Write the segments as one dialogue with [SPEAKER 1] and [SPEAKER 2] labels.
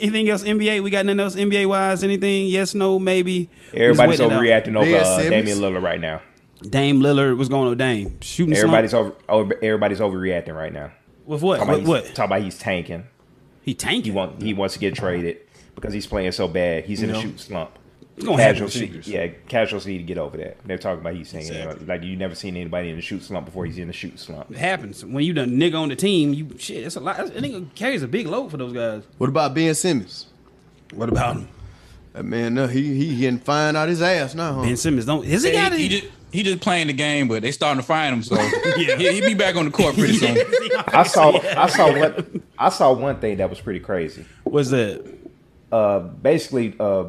[SPEAKER 1] anything else NBA? We got nothing else NBA wise? Anything? Yes, no, maybe.
[SPEAKER 2] Everybody's
[SPEAKER 1] Just waiting it out.
[SPEAKER 2] overreacting over
[SPEAKER 3] Ben
[SPEAKER 2] uh,
[SPEAKER 3] Simmons?
[SPEAKER 2] Damian Lillard right now.
[SPEAKER 1] Dame Lillard was going to Dame shooting.
[SPEAKER 2] Everybody's
[SPEAKER 1] Everybody's
[SPEAKER 2] over, over. Everybody's overreacting right now.
[SPEAKER 1] with what?
[SPEAKER 2] Talk about,
[SPEAKER 1] With
[SPEAKER 2] he's,
[SPEAKER 1] what?
[SPEAKER 2] talk about he's tanking.
[SPEAKER 1] He tanking.
[SPEAKER 2] He want he wants to get traded because he's playing so bad. He's in
[SPEAKER 3] Yeah.
[SPEAKER 2] a shoot slump.
[SPEAKER 1] It's gonna happen.
[SPEAKER 2] Casual seed, yeah, casuals need to get over that. They're talking about he's saying
[SPEAKER 1] Exactly.
[SPEAKER 2] like you never seen anybody in the shoot slump before. He's in the shoot slump.
[SPEAKER 1] It happens when you done nigga on the team. You shit. It's a lot. That nigga carries a big load for those guys.
[SPEAKER 3] What about Ben Simmons?
[SPEAKER 1] What about him?
[SPEAKER 3] That man, no, he he getting fined out his ass now, huh?
[SPEAKER 1] Ben Simmons don't. Is he got
[SPEAKER 4] he, he
[SPEAKER 1] it?
[SPEAKER 4] just, he just playing the game, but they starting to find him, so he, he be back on the court pretty soon.
[SPEAKER 2] I saw I saw one I saw one thing that was pretty crazy.
[SPEAKER 1] What's that?
[SPEAKER 2] Basically, uh,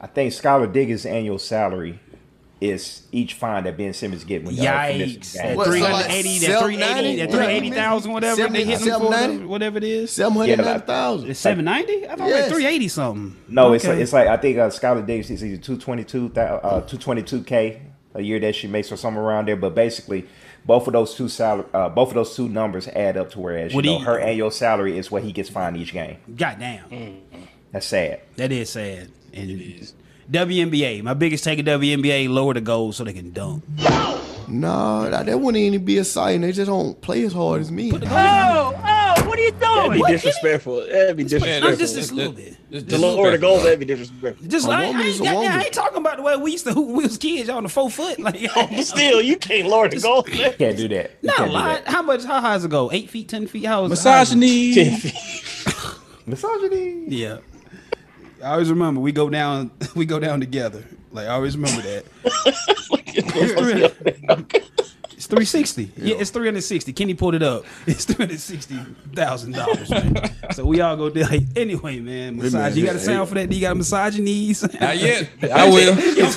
[SPEAKER 2] I think Skylar Diggs' annual salary is each fine that Ben Simmons get when y'all from this
[SPEAKER 1] Yikes!
[SPEAKER 2] game.
[SPEAKER 1] That
[SPEAKER 3] What, so
[SPEAKER 1] three
[SPEAKER 3] like
[SPEAKER 1] hundred eighty, that three
[SPEAKER 3] 790?
[SPEAKER 1] ninety, that
[SPEAKER 3] Yeah.
[SPEAKER 1] three eighty thousand, whatever they hit them for,
[SPEAKER 3] 790?
[SPEAKER 1] whatever it is.
[SPEAKER 3] Seven hundred ninety
[SPEAKER 1] It's
[SPEAKER 3] thousand.
[SPEAKER 1] seven ninety. I thought it
[SPEAKER 3] Yes.
[SPEAKER 1] was three eighty something.
[SPEAKER 2] No, it's
[SPEAKER 1] Okay.
[SPEAKER 2] like, it's like I think uh, Skylar Diggs is either two twenty two uh two twenty two k a year that she makes or somewhere around there. But basically, both of those two salary uh, both of those two numbers add up to where as you
[SPEAKER 1] Would
[SPEAKER 2] know,
[SPEAKER 1] he-
[SPEAKER 2] her annual salary is what he gets fined each game.
[SPEAKER 1] goddamn.
[SPEAKER 2] That's sad.
[SPEAKER 1] That is sad. And WNBA, my biggest take of WNBA, lower the goals so they can dunk.
[SPEAKER 3] No, that, that wouldn't even be exciting. They just don't play as hard as me.
[SPEAKER 5] Oh, oh, what are you
[SPEAKER 6] That'd
[SPEAKER 5] doing?
[SPEAKER 6] be
[SPEAKER 5] What?
[SPEAKER 6] disrespectful. That'd be disrespectful.
[SPEAKER 1] I'm just- just a little bit.
[SPEAKER 6] the lower the goal, that'd be disrespectful.
[SPEAKER 1] Just
[SPEAKER 3] A
[SPEAKER 1] like
[SPEAKER 3] woman
[SPEAKER 1] I
[SPEAKER 3] is
[SPEAKER 1] ain't,
[SPEAKER 3] a
[SPEAKER 1] goddamn,
[SPEAKER 3] woman.
[SPEAKER 1] I ain't talking about the way we used to hoop when we was kids, y'all on the four foot. Like
[SPEAKER 3] Oh,
[SPEAKER 6] But still, you can't lower the goal.
[SPEAKER 2] Can't do that. You
[SPEAKER 1] not a
[SPEAKER 2] can't do
[SPEAKER 1] lot.
[SPEAKER 2] that.
[SPEAKER 1] How much? How high is it go? Eight feet, ten feet. How is
[SPEAKER 4] Misogyny.
[SPEAKER 2] Misogyny.
[SPEAKER 1] Yeah. I always remember we go down we go down together. Like I always remember that. it's, 300 it's 360. Yeah, it's 360. Kenny pulled it up. It's $360,000, man. so we all go down. Like, anyway, man, massage.
[SPEAKER 3] minute,
[SPEAKER 1] you got a
[SPEAKER 3] this
[SPEAKER 1] sound for that? Do you got a massage your knees?
[SPEAKER 4] Not yet. I will.
[SPEAKER 6] yeah,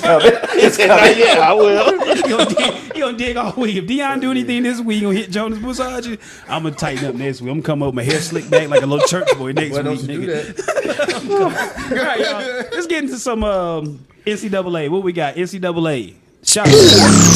[SPEAKER 6] I will.
[SPEAKER 1] he, gonna dig, he gonna dig all week. If Dion do anything this week, he gonna hit Jonas massage. I'm gonna tighten up next week. I'm gonna come up with my hair slicked back like a little church boy next
[SPEAKER 3] Why
[SPEAKER 1] week.
[SPEAKER 3] don't you do
[SPEAKER 1] nigga.
[SPEAKER 3] that?
[SPEAKER 1] All right, y'all. Let's get into some um, NCAA. What we got? NCAA. Shout out.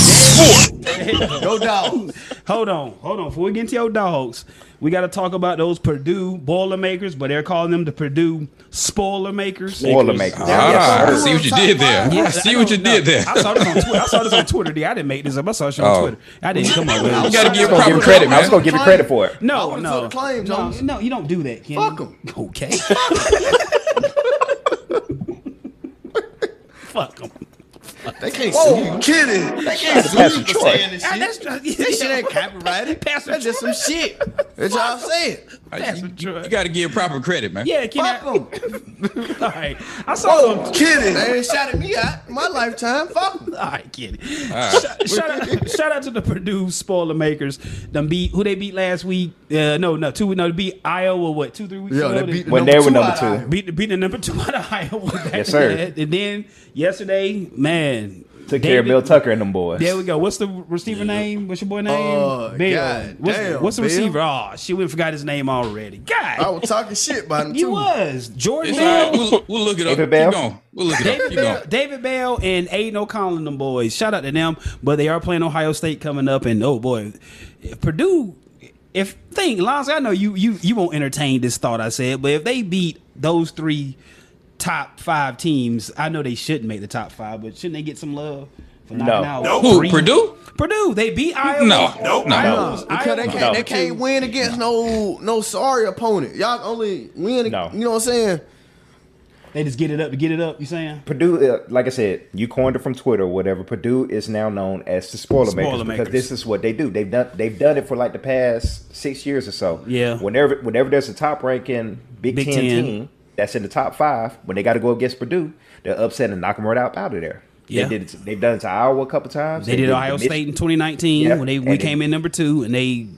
[SPEAKER 3] Go dogs.
[SPEAKER 1] Hold on, hold on. Before we get into your dogs, we got to talk about those Purdue Boilermakers, but they're calling them the Purdue Spoilermakers.
[SPEAKER 2] Boilermakers.
[SPEAKER 4] Ah, I
[SPEAKER 2] Yes, sir.
[SPEAKER 4] see what you did there. I
[SPEAKER 1] Yeah,
[SPEAKER 4] see
[SPEAKER 1] I
[SPEAKER 4] what
[SPEAKER 1] know,
[SPEAKER 4] you did
[SPEAKER 1] no,
[SPEAKER 4] there.
[SPEAKER 1] I saw this on Twitter. I saw this on Twitter. D. I didn't make this up. I saw it on
[SPEAKER 4] Oh.
[SPEAKER 1] Twitter. I didn't come up with
[SPEAKER 4] You
[SPEAKER 1] it.
[SPEAKER 4] gotta give
[SPEAKER 2] I was gonna
[SPEAKER 4] proper
[SPEAKER 2] give you credit.
[SPEAKER 4] credit,
[SPEAKER 2] I was
[SPEAKER 4] man.
[SPEAKER 2] gonna give you credit for it.
[SPEAKER 3] I
[SPEAKER 1] No,
[SPEAKER 3] would've
[SPEAKER 1] no.
[SPEAKER 3] took the claim,
[SPEAKER 1] no,
[SPEAKER 3] Jones.
[SPEAKER 1] no, you don't do that, Ken.
[SPEAKER 3] Fuck 'em.
[SPEAKER 1] Okay. Fuck them.
[SPEAKER 3] They can't sue Oh, you. Kidding? They can't
[SPEAKER 2] That's
[SPEAKER 3] sue you
[SPEAKER 2] a
[SPEAKER 3] for
[SPEAKER 2] choice.
[SPEAKER 3] saying this
[SPEAKER 1] That's
[SPEAKER 3] shit. That shit ain't copyrighted.
[SPEAKER 1] Pastor
[SPEAKER 3] That's just some shit. That's y'all saying.
[SPEAKER 1] That's
[SPEAKER 4] You,
[SPEAKER 1] a drug.
[SPEAKER 4] got to give proper credit, man.
[SPEAKER 1] Yeah, Ken.
[SPEAKER 3] Fuck them.
[SPEAKER 1] All right. I saw them.
[SPEAKER 3] Kidding? They ain't shot at me out in my lifetime. Fuck 'em.
[SPEAKER 1] All right, Ken. Shout, shout out, shout out to the Purdue spoiler makers. Them beat who they beat last week. Uh, no, no, two. No, they beat Iowa. What two, three weeks
[SPEAKER 3] Yeah,
[SPEAKER 1] ago?
[SPEAKER 3] they beat the
[SPEAKER 2] When
[SPEAKER 3] number
[SPEAKER 2] they
[SPEAKER 3] two
[SPEAKER 2] were number
[SPEAKER 3] out
[SPEAKER 2] two.
[SPEAKER 3] of Iowa.
[SPEAKER 1] beat, beat the number two out of Iowa. back
[SPEAKER 2] Yes,
[SPEAKER 1] to
[SPEAKER 2] sir.
[SPEAKER 1] that. And then yesterday, man,
[SPEAKER 2] Took care of
[SPEAKER 1] David-
[SPEAKER 2] Bill Tucker and them boys.
[SPEAKER 1] There we go. What's the receiver name? What's your boy name?
[SPEAKER 3] Oh, God
[SPEAKER 1] what's,
[SPEAKER 3] damn,
[SPEAKER 1] what's the
[SPEAKER 3] Bill.
[SPEAKER 1] receiver? Oh, she went and forgot his name already. God,
[SPEAKER 3] I was talking shit about him
[SPEAKER 1] he
[SPEAKER 3] too.
[SPEAKER 1] was Jordan
[SPEAKER 4] It's all right.
[SPEAKER 1] Bell,
[SPEAKER 4] We'll, we'll look it up.
[SPEAKER 2] David
[SPEAKER 4] Keep
[SPEAKER 2] Bell?
[SPEAKER 4] going. We'll look it up.
[SPEAKER 1] David
[SPEAKER 4] Keep
[SPEAKER 1] Bell,
[SPEAKER 4] going.
[SPEAKER 1] David Bell, and Aiden O'Connell, and them boys. Shout out to them. But they are playing Ohio State coming up, and oh boy, if Purdue. If think, Lonzo, I know you you you won't entertain this thought I said, but if they beat those three top five teams, I know they shouldn't make the top five, but shouldn't they get some love for knocking
[SPEAKER 2] No.
[SPEAKER 1] out
[SPEAKER 4] Who,
[SPEAKER 1] three-
[SPEAKER 4] Purdue?
[SPEAKER 1] Purdue, they beat Iowa.
[SPEAKER 4] No, no, no.
[SPEAKER 1] Iowa's-
[SPEAKER 3] Because they
[SPEAKER 1] Iowa-
[SPEAKER 3] can't,
[SPEAKER 2] No.
[SPEAKER 3] they can't win against no no sorry opponent. Y'all can only win.
[SPEAKER 2] No.
[SPEAKER 3] You know what I'm saying?
[SPEAKER 1] They just get it up to get it up. You saying?
[SPEAKER 2] Purdue, uh, like I said, you coined it from Twitter, or whatever. Purdue is now known as the spoiler makers
[SPEAKER 1] Spoiler makers.
[SPEAKER 2] because this is what they do. They've done they've done it for like the past six years or so.
[SPEAKER 1] Yeah.
[SPEAKER 2] Whenever whenever there's a top ranking Big,
[SPEAKER 1] Big
[SPEAKER 2] Ten,
[SPEAKER 1] Ten.
[SPEAKER 2] team that's in the top five, when they got to go against Purdue, they're upset and knock them right out, out of there.
[SPEAKER 1] Yeah.
[SPEAKER 2] They did it, to- they've done it to Iowa a couple times.
[SPEAKER 1] They did
[SPEAKER 2] it to
[SPEAKER 1] Ohio
[SPEAKER 2] Mich-
[SPEAKER 1] State in 2019
[SPEAKER 2] Yeah,
[SPEAKER 1] when they
[SPEAKER 2] and
[SPEAKER 1] we
[SPEAKER 2] they-
[SPEAKER 1] came in number two, and they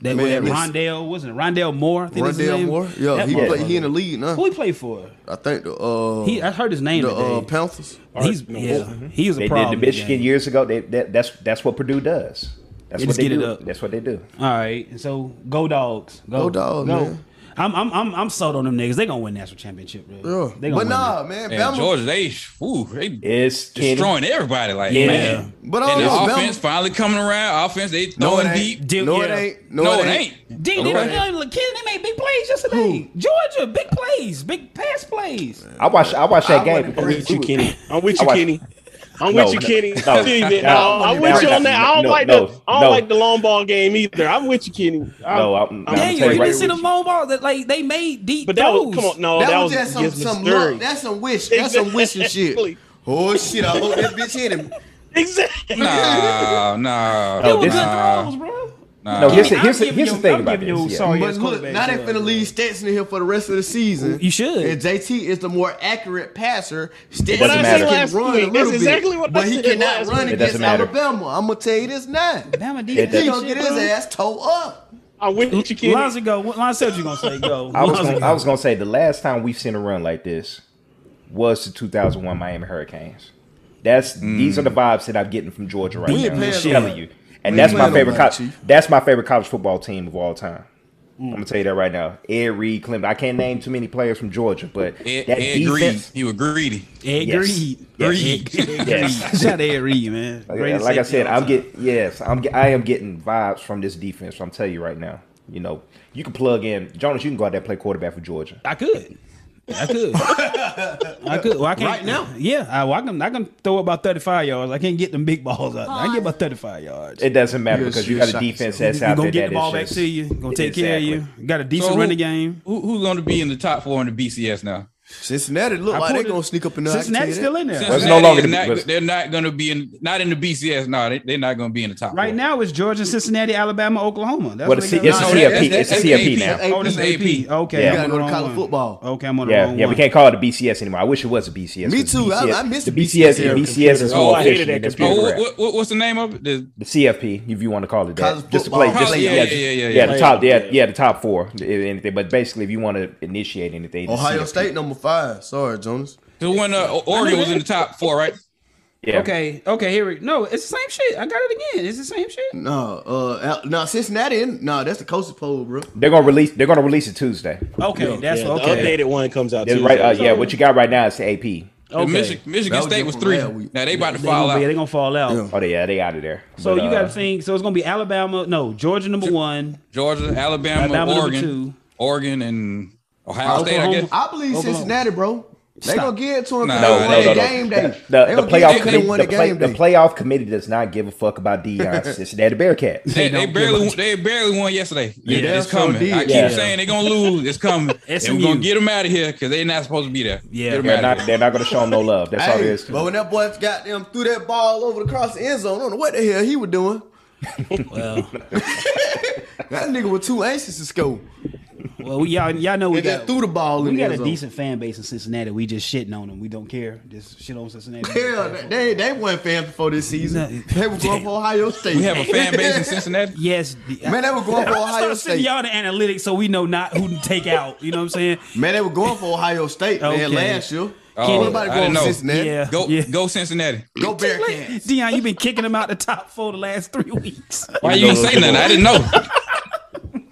[SPEAKER 1] that was that
[SPEAKER 3] Man, listen.
[SPEAKER 1] Rondell wasn't it? Rondell Moore. I think that's his
[SPEAKER 3] Rondell
[SPEAKER 1] name.
[SPEAKER 3] Moore. Yeah,
[SPEAKER 1] That
[SPEAKER 3] he play,
[SPEAKER 1] motherfucker.
[SPEAKER 3] he in the league now.
[SPEAKER 1] Who he played for?
[SPEAKER 3] I think the uh
[SPEAKER 1] He I heard his name
[SPEAKER 3] the
[SPEAKER 1] today.
[SPEAKER 3] uh, Panthers.
[SPEAKER 1] He's yeah, he is a
[SPEAKER 2] They did
[SPEAKER 1] problem.
[SPEAKER 2] to
[SPEAKER 1] in the
[SPEAKER 2] Michigan
[SPEAKER 1] game.
[SPEAKER 2] years ago. They, that, that's that's what Purdue does. That's
[SPEAKER 1] They
[SPEAKER 2] what
[SPEAKER 1] just
[SPEAKER 2] they
[SPEAKER 1] get it
[SPEAKER 2] do.
[SPEAKER 1] up.
[SPEAKER 2] That's what they do.
[SPEAKER 1] All right, so go dogs. Go,
[SPEAKER 3] Go Dogs, man.
[SPEAKER 1] I'm I'm I'm, I'm sold on them niggas. They gonna win national championship. Bro.
[SPEAKER 3] Yeah.
[SPEAKER 1] They gonna
[SPEAKER 3] But
[SPEAKER 1] win that.
[SPEAKER 3] nah, man,
[SPEAKER 4] And
[SPEAKER 3] Bama.
[SPEAKER 4] Georgia, they, whew, they
[SPEAKER 2] It's Kenny.
[SPEAKER 4] destroying everybody. Like,
[SPEAKER 2] Yeah.
[SPEAKER 4] man.
[SPEAKER 3] But I
[SPEAKER 4] And
[SPEAKER 3] don't
[SPEAKER 4] the
[SPEAKER 3] know.
[SPEAKER 4] offense
[SPEAKER 3] Bama-
[SPEAKER 4] finally coming around. Offense, they
[SPEAKER 3] no,
[SPEAKER 4] throwing
[SPEAKER 3] it ain't.
[SPEAKER 4] deep.
[SPEAKER 1] Deep.
[SPEAKER 3] No, it
[SPEAKER 1] Yeah.
[SPEAKER 3] ain't.
[SPEAKER 4] No, it ain't.
[SPEAKER 1] Dude, they, they, look, kids, they made big plays yesterday. Georgia, big plays, big pass plays.
[SPEAKER 2] I watched. I watched that
[SPEAKER 3] I
[SPEAKER 2] game.
[SPEAKER 3] wouldn't
[SPEAKER 2] because
[SPEAKER 6] I'm
[SPEAKER 2] we-
[SPEAKER 6] with you,
[SPEAKER 2] we-
[SPEAKER 6] Kenny. I'm with
[SPEAKER 2] I
[SPEAKER 6] you,
[SPEAKER 2] watch-
[SPEAKER 6] Kenny. I'm
[SPEAKER 2] No,
[SPEAKER 6] with you,
[SPEAKER 2] no,
[SPEAKER 6] Kenny.
[SPEAKER 2] no,
[SPEAKER 6] Excuse me.
[SPEAKER 2] no,
[SPEAKER 6] No, I'm
[SPEAKER 2] no,
[SPEAKER 6] with you
[SPEAKER 2] no,
[SPEAKER 6] on that. I don't
[SPEAKER 2] no,
[SPEAKER 6] like
[SPEAKER 2] no,
[SPEAKER 6] the I don't
[SPEAKER 2] no.
[SPEAKER 6] like the long ball game either. I'm with you, Kenny. I-
[SPEAKER 2] No, I'm- I'm
[SPEAKER 1] Dang,
[SPEAKER 2] tell
[SPEAKER 1] you
[SPEAKER 2] you right
[SPEAKER 1] didn't see
[SPEAKER 2] with
[SPEAKER 1] the
[SPEAKER 2] you.
[SPEAKER 1] long ball that like they made deep
[SPEAKER 6] But that was
[SPEAKER 1] throws.
[SPEAKER 6] come on.
[SPEAKER 5] Oh,
[SPEAKER 6] No,
[SPEAKER 3] that, was
[SPEAKER 6] was
[SPEAKER 3] just some,
[SPEAKER 6] against
[SPEAKER 3] some
[SPEAKER 6] Missouri.
[SPEAKER 3] luck. That's some wish. That's some wish and
[SPEAKER 6] Exactly.
[SPEAKER 3] shit. Oh shit! I hope that bitch hit him.
[SPEAKER 6] Exactly.
[SPEAKER 4] Nah, nah,
[SPEAKER 1] It was
[SPEAKER 2] this-
[SPEAKER 1] good
[SPEAKER 4] nah,
[SPEAKER 6] uh,
[SPEAKER 1] throws, bro.
[SPEAKER 4] nah.
[SPEAKER 2] No, here's the,
[SPEAKER 1] I'm
[SPEAKER 2] here's the,
[SPEAKER 1] giving
[SPEAKER 2] here's the
[SPEAKER 1] you-
[SPEAKER 2] thing
[SPEAKER 1] I'm
[SPEAKER 2] about
[SPEAKER 1] giving you
[SPEAKER 2] this.
[SPEAKER 1] sorry.
[SPEAKER 2] Yeah.
[SPEAKER 1] Sorry-ass
[SPEAKER 3] But look,
[SPEAKER 1] quarterback,
[SPEAKER 3] now they
[SPEAKER 1] yeah.
[SPEAKER 3] finna leave Stetson in here for the rest of the season.
[SPEAKER 1] You should.
[SPEAKER 3] And JT is the more accurate passer. Stetson
[SPEAKER 2] doesn't matter.
[SPEAKER 3] can
[SPEAKER 6] Last
[SPEAKER 3] run
[SPEAKER 6] week.
[SPEAKER 3] a little
[SPEAKER 6] That's exactly
[SPEAKER 3] bit,
[SPEAKER 6] what I
[SPEAKER 3] but he
[SPEAKER 6] said
[SPEAKER 3] cannot
[SPEAKER 6] last
[SPEAKER 3] run
[SPEAKER 6] week.
[SPEAKER 2] It doesn't
[SPEAKER 3] against
[SPEAKER 2] matter.
[SPEAKER 3] Alabama. I'm gonna tell you this now.
[SPEAKER 1] Bama
[SPEAKER 2] It
[SPEAKER 3] He
[SPEAKER 2] does.
[SPEAKER 1] defense.
[SPEAKER 3] gonna get his ass towed up.
[SPEAKER 6] I'm with you, Kenny.
[SPEAKER 1] Lonzo, go. What Lonzo said you gonna say? Go.
[SPEAKER 2] I was
[SPEAKER 1] Lonzo,
[SPEAKER 2] gonna,
[SPEAKER 1] go.
[SPEAKER 2] I was gonna say the last time we've seen a run like this was the 2001 Miami Hurricanes. That's these are
[SPEAKER 1] Mm.
[SPEAKER 2] the vibes that I'm getting from Georgia right
[SPEAKER 3] We ain't
[SPEAKER 2] now. I'm
[SPEAKER 3] playing
[SPEAKER 2] telling
[SPEAKER 3] nobody.
[SPEAKER 2] you, and
[SPEAKER 3] We ain't
[SPEAKER 2] that's my
[SPEAKER 3] playing
[SPEAKER 2] favorite.
[SPEAKER 3] nobody,
[SPEAKER 2] college.
[SPEAKER 3] Chief.
[SPEAKER 2] that's my favorite college football team of all time.
[SPEAKER 1] Mm.
[SPEAKER 2] I'm gonna tell you that right now. Ed Reed, Clemson. I can't name too many players from Georgia, but
[SPEAKER 4] Ed,
[SPEAKER 2] that
[SPEAKER 4] Ed Greed,
[SPEAKER 2] defense.
[SPEAKER 4] he was greedy.
[SPEAKER 1] Ed
[SPEAKER 2] Yes.
[SPEAKER 1] Reed.
[SPEAKER 2] Yes.
[SPEAKER 1] Reed. Ed
[SPEAKER 2] Yes.
[SPEAKER 1] Reed. Shout out to Ed Reed, man.
[SPEAKER 2] Like,
[SPEAKER 1] Greatest
[SPEAKER 2] like I
[SPEAKER 1] safety
[SPEAKER 2] said,
[SPEAKER 1] of all
[SPEAKER 2] I'm
[SPEAKER 1] time.
[SPEAKER 2] getting yes, I'm get- I am getting vibes from this defense. I'm telling you right now. You know, you can plug in Jonas. You can go out there and play quarterback for Georgia.
[SPEAKER 1] I could. I could. I could. Well, I can't.
[SPEAKER 3] Right now?
[SPEAKER 1] Yeah. I, well, I can. I can throw about thirty-five yards. I can't get them big balls out. there. I can get about thirty-five yards.
[SPEAKER 2] It doesn't matter
[SPEAKER 3] Yes,
[SPEAKER 2] because you
[SPEAKER 3] yes,
[SPEAKER 2] got a
[SPEAKER 3] I-
[SPEAKER 2] defense
[SPEAKER 3] so
[SPEAKER 2] that's
[SPEAKER 1] You're
[SPEAKER 2] out
[SPEAKER 1] gonna
[SPEAKER 2] there
[SPEAKER 1] get the
[SPEAKER 2] that
[SPEAKER 1] ball
[SPEAKER 2] is
[SPEAKER 1] back
[SPEAKER 2] just
[SPEAKER 1] to you. Gonna take care of you.
[SPEAKER 2] Exactly.
[SPEAKER 1] you. Got a
[SPEAKER 4] So
[SPEAKER 1] decent
[SPEAKER 4] who-
[SPEAKER 1] running game.
[SPEAKER 4] Who, who's going to be in the top four in the BCS now?
[SPEAKER 3] Cincinnati look
[SPEAKER 1] I
[SPEAKER 3] like they
[SPEAKER 1] pulled it-
[SPEAKER 3] gonna sneak up in the
[SPEAKER 1] Cincinnati's still in there.
[SPEAKER 2] Well, it's
[SPEAKER 4] Cincinnati
[SPEAKER 2] no longer
[SPEAKER 4] is
[SPEAKER 2] the-
[SPEAKER 4] not-
[SPEAKER 2] was-
[SPEAKER 4] they're not going to be in not in the BCS. No, they, they're not going to be in the top
[SPEAKER 1] Right
[SPEAKER 4] four.
[SPEAKER 1] now, it's Georgia, Cincinnati, Alabama, Oklahoma. That's
[SPEAKER 2] Well,
[SPEAKER 1] what
[SPEAKER 2] it's-
[SPEAKER 1] they got.
[SPEAKER 2] it's
[SPEAKER 1] No,
[SPEAKER 2] a
[SPEAKER 1] that-
[SPEAKER 2] CFP.
[SPEAKER 1] that's-
[SPEAKER 2] It's
[SPEAKER 4] that's
[SPEAKER 2] CFP
[SPEAKER 4] AP.
[SPEAKER 2] now.
[SPEAKER 3] AP.
[SPEAKER 1] Oh, this is AP. Okay, I'm
[SPEAKER 2] Yeah. You
[SPEAKER 3] gotta
[SPEAKER 1] on
[SPEAKER 3] go to
[SPEAKER 1] the wrong
[SPEAKER 3] college
[SPEAKER 1] one.
[SPEAKER 3] football.
[SPEAKER 1] Okay, I'm on the
[SPEAKER 2] Yeah,
[SPEAKER 1] wrong
[SPEAKER 2] yeah,
[SPEAKER 1] one.
[SPEAKER 2] we can't call it a BCS anymore. I wish it was a BCS.
[SPEAKER 3] Me
[SPEAKER 2] 'cause
[SPEAKER 3] too. I-
[SPEAKER 2] BCS
[SPEAKER 3] I miss
[SPEAKER 2] the
[SPEAKER 3] the
[SPEAKER 2] BCS.
[SPEAKER 3] BCS
[SPEAKER 2] The BCS is
[SPEAKER 6] computer.
[SPEAKER 2] more
[SPEAKER 6] Oh, I hated
[SPEAKER 2] efficient in
[SPEAKER 6] that
[SPEAKER 2] this
[SPEAKER 6] computer.
[SPEAKER 4] Oh,
[SPEAKER 2] program.
[SPEAKER 4] what, what, what's the name of it? The-
[SPEAKER 2] The CFP, if you want to call it
[SPEAKER 3] College
[SPEAKER 2] that, just to
[SPEAKER 3] football.
[SPEAKER 2] play, just
[SPEAKER 4] Probably,
[SPEAKER 2] yeah,
[SPEAKER 4] yeah,
[SPEAKER 2] just-
[SPEAKER 4] yeah, yeah,
[SPEAKER 2] yeah,
[SPEAKER 4] yeah.
[SPEAKER 2] the top, yeah, yeah, the top four, i- anything. But basically, if you want to initiate anything, the
[SPEAKER 3] Ohio
[SPEAKER 2] CFP.
[SPEAKER 3] State number five. Sorry, Jonas.
[SPEAKER 4] the one uh, O- Oregon was in the top four, right?
[SPEAKER 2] yeah.
[SPEAKER 1] Okay, okay, here we. No, it's the same shit. I got it again. It's the same shit.
[SPEAKER 3] No, uh, Al- no, Cincinnati. in- No, that's the coaches poll, bro.
[SPEAKER 2] They're gonna release. They're gonna release it Tuesday.
[SPEAKER 1] Okay, that's
[SPEAKER 6] Yeah,
[SPEAKER 1] okay.
[SPEAKER 6] The updated one comes out.
[SPEAKER 2] They're
[SPEAKER 6] Tuesday.
[SPEAKER 2] right, uh, yeah, what you got right now is the AP.
[SPEAKER 1] okay.
[SPEAKER 4] Michigan, Michigan
[SPEAKER 3] That was
[SPEAKER 4] State was
[SPEAKER 3] different
[SPEAKER 4] three.
[SPEAKER 3] last week.
[SPEAKER 4] Now they about to
[SPEAKER 1] They
[SPEAKER 4] fall
[SPEAKER 1] gonna
[SPEAKER 4] out.
[SPEAKER 1] be- they gonna fall out.
[SPEAKER 3] Yeah.
[SPEAKER 2] Oh, they- yeah, they out of there.
[SPEAKER 1] So
[SPEAKER 2] But,
[SPEAKER 1] you got
[SPEAKER 2] uh,
[SPEAKER 1] to think. So it's gonna be Alabama. No, Georgia number one.
[SPEAKER 4] Georgia, Alabama,
[SPEAKER 1] Alabama number
[SPEAKER 4] Oregon,
[SPEAKER 1] two.
[SPEAKER 4] Oregon, and Ohio
[SPEAKER 1] Oklahoma.
[SPEAKER 4] State. I guess.
[SPEAKER 3] I believe
[SPEAKER 1] Oklahoma.
[SPEAKER 3] Cincinnati, bro. They
[SPEAKER 1] Stop.
[SPEAKER 3] gonna get it to him.
[SPEAKER 4] Nah,
[SPEAKER 3] if they
[SPEAKER 4] no, no,
[SPEAKER 3] win
[SPEAKER 4] no, no.
[SPEAKER 3] game day.
[SPEAKER 2] The,
[SPEAKER 3] They
[SPEAKER 2] the
[SPEAKER 3] gonna get it
[SPEAKER 2] playoff
[SPEAKER 3] if
[SPEAKER 4] they
[SPEAKER 3] they
[SPEAKER 2] committee,
[SPEAKER 3] win
[SPEAKER 2] the,
[SPEAKER 3] the
[SPEAKER 2] play,
[SPEAKER 3] game
[SPEAKER 2] the
[SPEAKER 3] day.
[SPEAKER 2] playoff committee does not give a fuck about Dion Cincinnati Bearcats.
[SPEAKER 4] They, they
[SPEAKER 1] don't
[SPEAKER 4] barely
[SPEAKER 1] give a-
[SPEAKER 4] won, they barely won yesterday.
[SPEAKER 1] Yeah,
[SPEAKER 4] Yeah, it's
[SPEAKER 3] so
[SPEAKER 4] coming.
[SPEAKER 3] did.
[SPEAKER 4] I keep
[SPEAKER 2] Yeah.
[SPEAKER 4] saying they're gonna lose. It's coming. and
[SPEAKER 1] SMU.
[SPEAKER 4] we're gonna get them out of here because they're not supposed to be there.
[SPEAKER 1] Yeah.
[SPEAKER 4] get them
[SPEAKER 2] They're
[SPEAKER 4] out
[SPEAKER 2] not.
[SPEAKER 4] of here.
[SPEAKER 2] They're not gonna show them no love. That's all it
[SPEAKER 3] Hey,
[SPEAKER 2] is.
[SPEAKER 3] but when that boy got them threw that ball over the cross the end zone, I don't know what the hell he was doing.
[SPEAKER 1] Well,
[SPEAKER 3] That nigga was too anxious to score.
[SPEAKER 1] well, we- y'all, y'all know we
[SPEAKER 3] And just
[SPEAKER 1] got.
[SPEAKER 3] threw the ball in
[SPEAKER 1] We
[SPEAKER 3] the
[SPEAKER 1] got
[SPEAKER 3] end
[SPEAKER 1] a
[SPEAKER 3] zone.
[SPEAKER 1] decent fan base in Cincinnati. We just shitting on them. We don't care. Just shit on Cincinnati.
[SPEAKER 3] Hell, they they weren't fans before this season.
[SPEAKER 1] No.
[SPEAKER 3] They were going for Ohio State.
[SPEAKER 4] We have a fan base in Cincinnati.
[SPEAKER 1] Yes,
[SPEAKER 3] Man, they were going for Ohio
[SPEAKER 1] Send
[SPEAKER 3] State.
[SPEAKER 1] y'all the analytics so we know not who to take out. You know what I'm saying?
[SPEAKER 3] Man, they were going for Ohio State, man,
[SPEAKER 1] Okay.
[SPEAKER 3] last year.
[SPEAKER 4] Oh,
[SPEAKER 3] Nobody
[SPEAKER 4] I
[SPEAKER 3] going
[SPEAKER 4] didn't
[SPEAKER 3] for
[SPEAKER 4] know.
[SPEAKER 3] Cincinnati.
[SPEAKER 1] Yeah.
[SPEAKER 4] Go, go Cincinnati.
[SPEAKER 3] Go Bearcats.
[SPEAKER 1] Dion, you've been kicking them out the top four the last three weeks.
[SPEAKER 4] Why you didn't say nothing? I didn't know.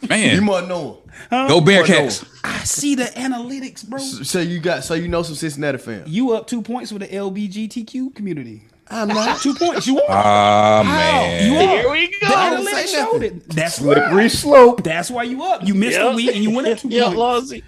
[SPEAKER 3] You
[SPEAKER 4] Man,
[SPEAKER 3] must know 'em.
[SPEAKER 4] go Bearcats.
[SPEAKER 1] I see the analytics, bro.
[SPEAKER 3] So you got so you know some Cincinnati fans.
[SPEAKER 1] You up two points with the LBGTQ community.
[SPEAKER 3] I'm not.
[SPEAKER 1] Two points. You are.
[SPEAKER 4] Ah
[SPEAKER 1] You
[SPEAKER 4] man.
[SPEAKER 1] are.
[SPEAKER 6] Here we
[SPEAKER 1] The
[SPEAKER 6] go.
[SPEAKER 3] Damn. don't
[SPEAKER 1] analytics
[SPEAKER 3] say
[SPEAKER 1] showed
[SPEAKER 3] nothing.
[SPEAKER 1] it. That's
[SPEAKER 2] Slippery
[SPEAKER 1] why.
[SPEAKER 2] slope.
[SPEAKER 1] That's why you up. You missed
[SPEAKER 6] Yeah.
[SPEAKER 1] a week and you went up two
[SPEAKER 6] Yeah,
[SPEAKER 1] points.
[SPEAKER 6] Lonzy.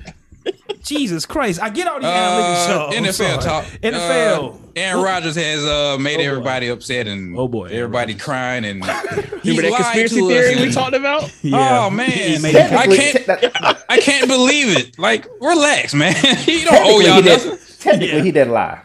[SPEAKER 1] Jesus Christ! I get all these analytics.
[SPEAKER 4] Uh,
[SPEAKER 1] y'all. I'm
[SPEAKER 4] NFL
[SPEAKER 1] sorry.
[SPEAKER 4] talk.
[SPEAKER 1] NFL.
[SPEAKER 4] Uh, Aaron Rodgers has uh, made
[SPEAKER 1] Oh, boy.
[SPEAKER 4] everybody upset and
[SPEAKER 1] Oh, boy, Aaron
[SPEAKER 4] everybody crying and he
[SPEAKER 6] Remember that
[SPEAKER 4] lied
[SPEAKER 6] conspiracy
[SPEAKER 4] to us
[SPEAKER 6] theory we
[SPEAKER 4] and-
[SPEAKER 6] talked about?
[SPEAKER 4] Oh man,
[SPEAKER 1] made
[SPEAKER 4] I
[SPEAKER 2] Technically, te-
[SPEAKER 4] can't.
[SPEAKER 2] that-
[SPEAKER 4] I, I can't believe it. Like, relax, man. you don't owe
[SPEAKER 2] technically,
[SPEAKER 4] y'all
[SPEAKER 2] he
[SPEAKER 4] nothing.
[SPEAKER 2] did, technically
[SPEAKER 1] Yeah.
[SPEAKER 2] he didn't lie.